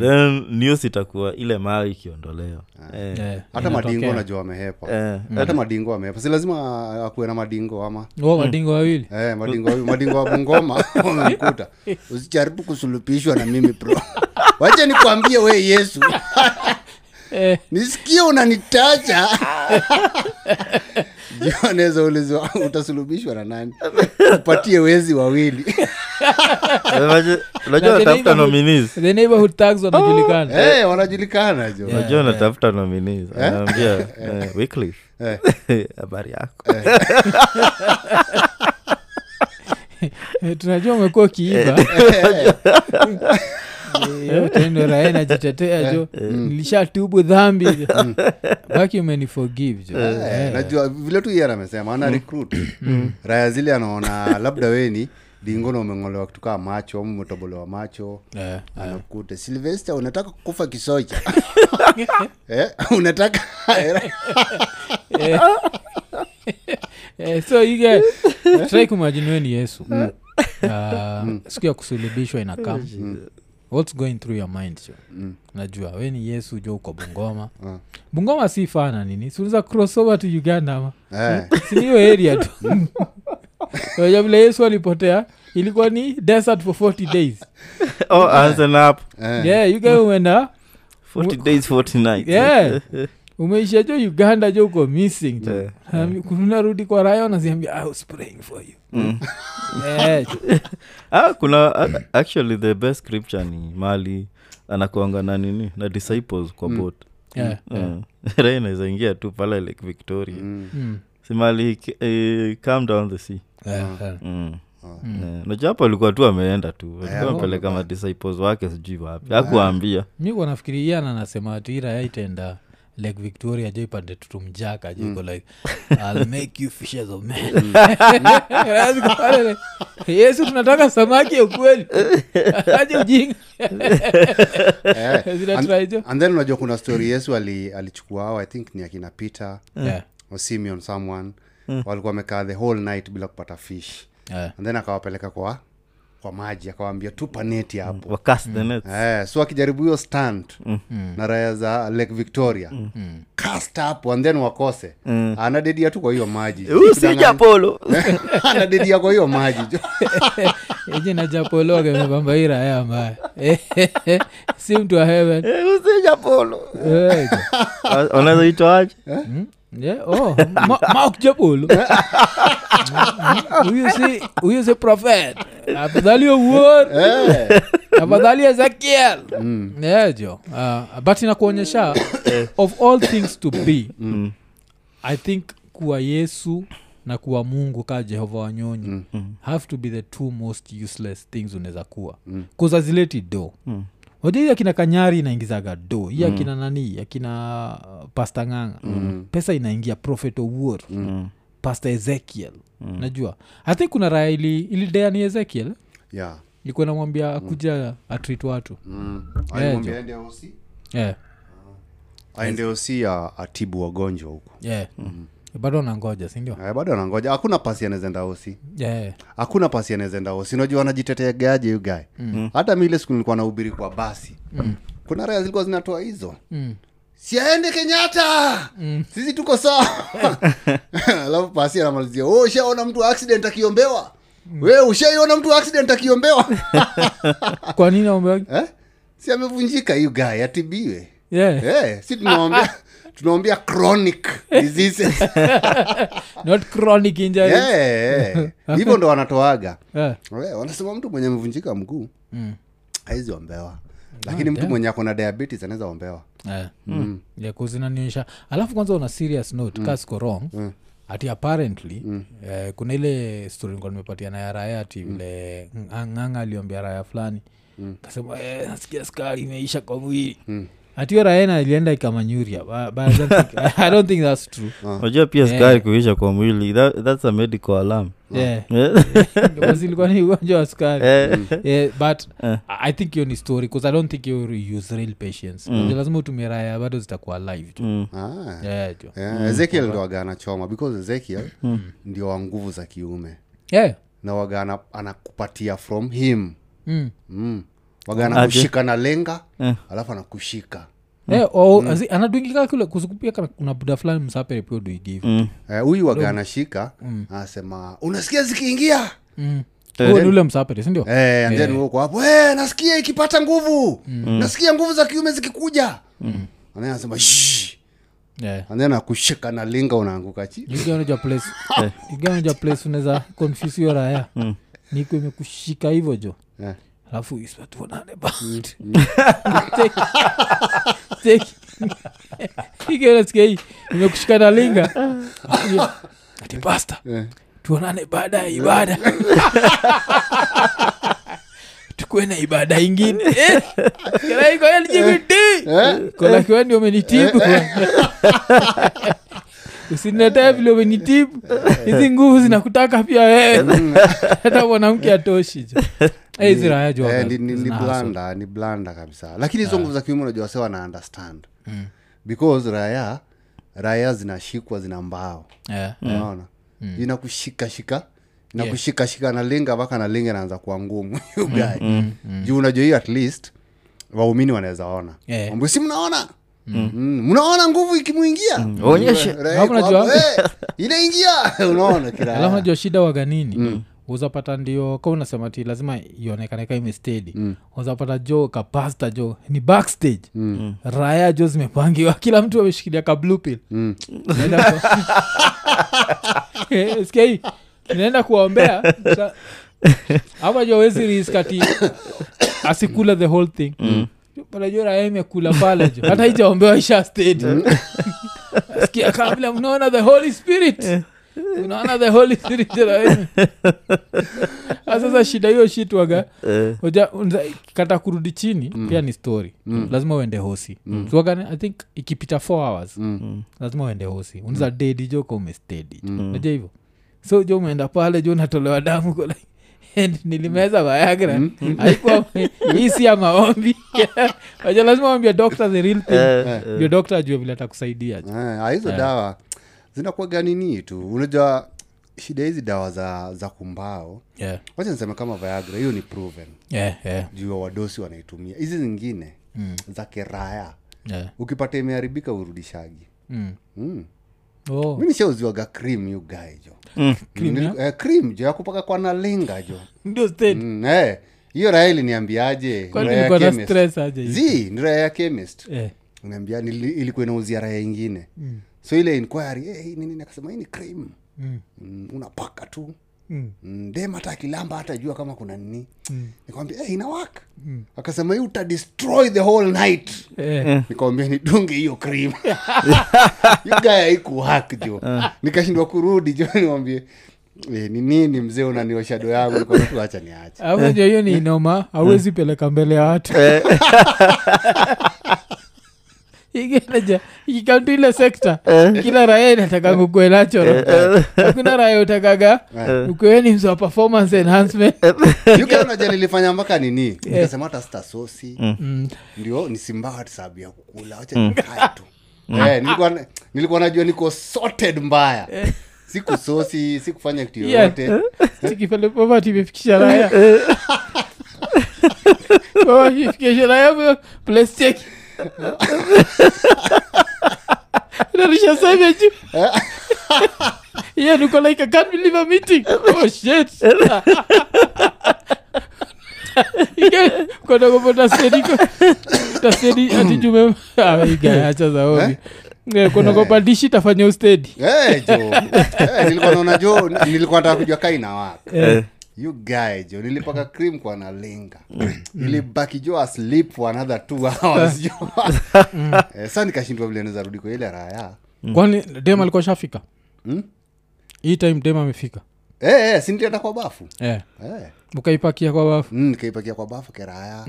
then news itakuwa ile mali ikiondolewa Eh,
eh,
hata madingo
inatokea.
najua amehepa
eh.
hata madingo amehepa si lazima akuwe na madingo ama
Oh, madingo wawili
eh, madingo madingo wa bungoma wamemkuta usijaribu kusulupishwa na mimi bro wacha nikwambie we yesu
Eh,
nisikie unanitacha Jua anaweza ulizwa utasulubishwa na nani upatie wezi wawili
Eh, Unajua- unajua
Na the
wanatafuta
neighborhood-
nominees
the neighborhood tags wanajulikana
hey, Eh, wanajulikana jo
unajua wanatafuta nominees anaambia eh, Wycliffe,
Eh.
habari yako Oh.
Eh, tunajua umekuwa ukiiba
Eh.
Eh, tendorae najitetea jo
Eh.
Eh.
nilishatubu dhambi jo.
Mm.
baki umeniforgive jo
Eh, najua vile tu ian amesema ana recruit raya zile anaona labda weni dingo na umengolewa kitu kaa macho ama umetobolewa macho
Eh,
anakute silvesta unataka kufa kisocha eh, unataka
eh. Eh, so ige try kumajini we ni yesu
Mm.
Ah, siku ya kusulubishwa inakam
Mm.
whats going through your mind jo najua we ni yesu jo uko bungoma
Mm.
bungoma si fana nini suniza crossover to uganda ama
eh,
siniyo area tu Unajua vile yesu alipotea ilikuwa ni desert for 40 days
oh, answer na hapo.
eh.
yeah, you guy umeenda
40 days 40 nights
yeah. umeisha jo uganda jo uko missing jo
Eh,
Naambi- kunarudi kwa rayo naziambia i was praying for you Eh, yeah, jo.
Mm. ah, kuna a- actually the best scripture ni mali anakuanga na nini na disciples kwa boat
Yeah,
Eh.
yeah.
rai inaweza ingia tu pala lake victoria
Mm.
Mm.
si mali ki- eh, calm down the sea
Yeah, yeah.
Mm. Eh, najua hapo alikuwa tu ameenda tu alikuwa amepeleka madisciples wake sijui wapi akuambia
mi kwa nafikiri iana anasema ati iraya itaenda lake victoria jo ipande tutumjaka jo iko like ill make you fishes of men Yaani Raya ziko pale like, yesu tunataka samaki ya ukweli aje ujinga
Eh.
zinatrai jo
and then unajua kuna story yesu ali- alichukua hao i think ni akina peter
Yeah,
or simeon someone walikuwa wamekaa the whole night bila kupata fish
yeah.
and then akawapeleka kwa kwa maji akawaambia tupa neti
Mm.
hapo
wakas the net
eh, so akijaribu hiyo stand na raya za lake victoria cast hapo and then wakose
Eh,
anadedia tu kwa hiyo maji
Huyu si Japolo.
anadedia kwa hiyo maji
ejinajapologe mepamba hii raya mbaya si mtu wa heaven
Eh, usijapolo
Eh,
wanazoitoaje
yeah, oh, Ma- Mark Japolo. Mm, huyu si huyu si prophet afadhali uwor
Eh,
afadhali ezekiel Yeah, jo Ah, but inakuonyesha of all things to be
Mm.
i think kuwa yesu na kuwa mungu kaa jehova wanyonyi
Mm.
Mm.
have to be the two most useless things unaweza kuwa
Mm.
kuzazileti do
Mm.
wajua hiyo akina kanyari inaingizaga do hiyo akina nani akina uh, pasta nganga
Mm.
pesa inaingia prophet owuor
Mm.
pasta ezekiel najua i think kuna raya ili, ilidea ni ezekiel
yeah.
ilikuwa namwambia akuja atrit watu
Mm.
Eh,
Alimwambia
jo.
aende hosi
yeah.
aende hosi ya atibu wagonjwa huko
yeah.
Mm.
bado nangoja sindio
Eh, bado anangoja hakuna pasi anaezaenda hosi
yeah.
hakuna pasi anaezaenda hosi unajua anajiteteagaje yu gae mm. hata mi ile siku nilikuwa nahubiri kwa basi mm. kuna raya zilikuwa zinatoa hizo
mm.
siaende kenyatta mm. sisi tuko sawa alafu pasi anamalizia oh, ushaona mtu wa accident akiombewa we ushaiona mtu wa accident akiombewa
kwa nini aombewa
eh? si amevunjika hiyu gae atibiwe
yeah.
eh, si tunaombea tunaombea chronic diseases
not chronic injury
Eh, eh. hivyo ndo wanatoaga
yeah.
Eh, wanasema mtu mwenye amevunjika mguu
Mm.
hawezi ombewa
Ah,
lakini mtu mwenye akona diabetes anaweza ombewa
yeah. mm. yeah, 'cause inanionyesha alafu kwanza una serious note mm. kasiko wrong mm ati apparently mm. eh, kuna ile story nilikuwa nimepatia na ya raya ati vile mm. ng'anga aliombea raya fulani mm. kasema eh, nasikia sukari imeisha kwa mwili mm. ati hiyo raya na ilienda ikamanyuria but- but I don't think- i don't think that's true
unajua pia skari kuisha kwa mwili that, that's a medical alarm
yeah. Because ilikuwa ni ugonjwa wa sukari
Eh.
yeah, but i think hiyo ni story bcause i don't think you use real patients mm. lazima utumie raya bado zitakuwa live tu
Mm.
ah.
yeah, jo.
Yeah, ezekiel ndo waga anachoma because ezekiel
Mm.
ndio wa nguvu za kiume
yeah.
na waga ana- anakupatia from him
Mm.
mm. waga anakushika na lenga
Eh.
alafu anakushika
Eh, o- azi- anadwingika kule kusikupia kana kuna buda fulani msapere pia duigivu
Mm.
Eh, huyu waga anashika anasema unasikia zikiingia
huo ni ule msapere sindio
Eh, and then wewe uko hapo "Eh, nasikia ikipata nguvu nasikia nguvu za kiume zikikuja mm. anasema "Shh."
Yeah.
and then akushika na linga unaanguka chini
You get unajua place you get unajua place unaweza confuse hiyo raya niko imekushika hivyo jo
Eh.
alafu isatuonane bad Take- take- ikiwanasikia hii imekushika na linga ati pasta tuonane baada ya ibada tukuwe na ibada ingine Eh, kila iko LGBT. Kuna kiwa ndio umenitibu usiniletee vile umenitibu hizi nguvu zinakutaka pia wewe hata mwanamke atoshi jo Eh, hizi raya jo
Eh,
wakati
ni, ni, ni
zina hustle.
blanda ni blanda kabisa lakini hizo nguvu za kiume unajua wase wana understand because raya raya zinashikwa zina mbao
Eh,
unaona inakushikashika inakushikashika na linga mpaka na linga inaanza kuwa ngumu You guy. juu unajua hiyo at least waumini wanaweza ona
Eh.
Ambu, si mnaona Mm, mnaona nguvu ikimwingia
onyeshe.
Raia
Hapo
iko
najua.
hapo, "Eh, inaingia unaona kiraya.
alafu najua shida waganini mm. uzapata ndio ka unasema ti lazima ionekane ka imestedi mm. uzapata jo kapasta jo ni backstage mm. raya jo zimepangiwa kila mtu ameshikilia ka blue pill mm. sikia hii inaenda kuwaombea Sa- ama jo wezi riskati asikula the whole thing mm imekula pale jo hata ijaombewa isha stedi sikia kama vile mnaona the holy spirit unaona the holy spirit anaenda. Ah, sasa shida hiyo shitwaga
Eh.
Oja, unza- kata kurudi chini pia ni story lazima uende hosi So waga- i think ikipita four hours
mm.
lazima uende hosi unza dedi jo ka umestedi naja hivyo so jo umeenda pale jo unatolewa damu ko like, "And nilimeza bayagra haikuwa hii si ya maombi Waja lazima wambia doctor the real thing
Eh, eh.
ndio dokta ajue vile atakusaidia
Eh, ah, hizo dawa zinakuwaga nini tu unajua shida hizi dawa za za kumbao
yeah.
wacha niseme kama viagra hiyo ni proven
yeah, yeah,
juu ya wadosi wanaitumia hizi zingine mm. za kiraya
yeah.
ukipata imeharibika urudishagi
Mm.
mm.
Oh.
mi nishauziwaga cream you guy jo
Mm. Cream,
Nili- eh, cream jo ya kupaka kwa nalinga jo
ndio state
Mm, eh. hiyo raha iliniambiaje
Kwani
raha ya
ulikuwa na
chemist.
stress aje hivi?
Zii, ni raha ya chemist
Eh.
niambia ilikuwa inauzia raha ingine so ile inquiry eh, hii ni nini akasema hii ni cream
Mm.
mm, unapaka tu
Mm.
Mm, dem hata akilamba hatajua kama kuna nini nikamwambia hey, inawaka
Mm.
akasema hii utadestroy the whole night
Eh.
nikawambia nidunge hiyo cream yugaya haikuhak jo nikashindwa kurudi jo niwambie "Eh, ni nini mzee unanioshadoh yangu nikatuacha niache
Alafu jo hiyo ni inoma auwezi peleka mbele ya watu igeneja ikikamtu ile sekta kila raya inataka ukue natural hakuna raya utakaga ukueni mzwa performance enhancement
yuga unaja nilifanya mpaka nini nikasema hata sita sosi
Mm.
ndio nisimbawa hata sababu ya kukula wacha nikae tu Eh, nilikuwa na- nilikuwa najua niko sorted mbaya siku sosi sikufanya kitu
Eh. Yeah.
yoyote
Tikipele poverty imefikisha raya Poverty imefikisha raya vyo, place check. Unarusha save juu yeah niko like i can't believe i'm eating oh shit kodogopo tasedi atijume igaacha zaovi konogopadishi tafanya ustedi
Eh, jo Eh, nilikuwa naona jo nilikuwa nataka kujua kai na
Eh.
waka you guy jo nilipaka cream kwa nalinga Mm. ilibaki jo asleep for another two hours jo eh, saa nikashindwa vile naweza rudi kwa ile raya
kwani dem alikuwa shafika
Mm?
hii time dem amefika
eh, eh, sindienda kwa bafu
eh.
eh.
ukaipakia kwa wafu
mm, nikaipakia kwa bafu keraya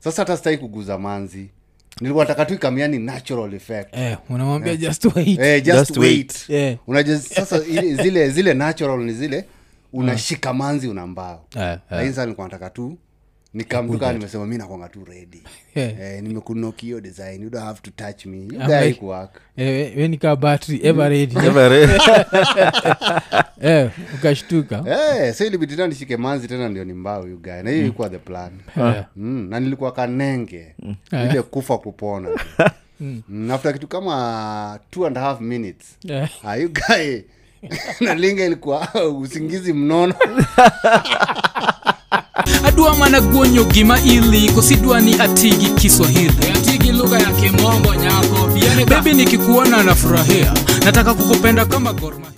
sasa hata sitaki kuguza manzi nilikuwa nataka tu ikamiani natural effect
eh, unamwambia just wait
eh, just,
Just
wait,
wait. Eh.
unajua sasa ile- zile zile natural ni zile unashika manzi una mbao
Eh,
lakini sasa nilikuwa nataka tu nikamduka nimesema mi nakwanga tu redi
Eh.
eh, nimekunokio design you don't have to touch me you
I'm
guy
like-
kuwaka
eh, wenikaa battery everready
Mm.
eh, ukashtuka
Eh, so ilibidi tena nishike manzi tena ndio ni mbao you guy
Mm.
na hiyo ilikuwa the plan
Eh.
mm, na nilikuwa kanenge
Mm.
ile kufa kupona mm, after kitu kama two and a half minutes
Eh.
ah, you guy nalinga ilikuwa usingizi mnono
adwa mana guonyo gima iliko sidwa ni atigi kiswahili
Eh,
atigi lugha ya kimombo nyako bebi nikikuona nafurahia nataka kukupenda kama gorma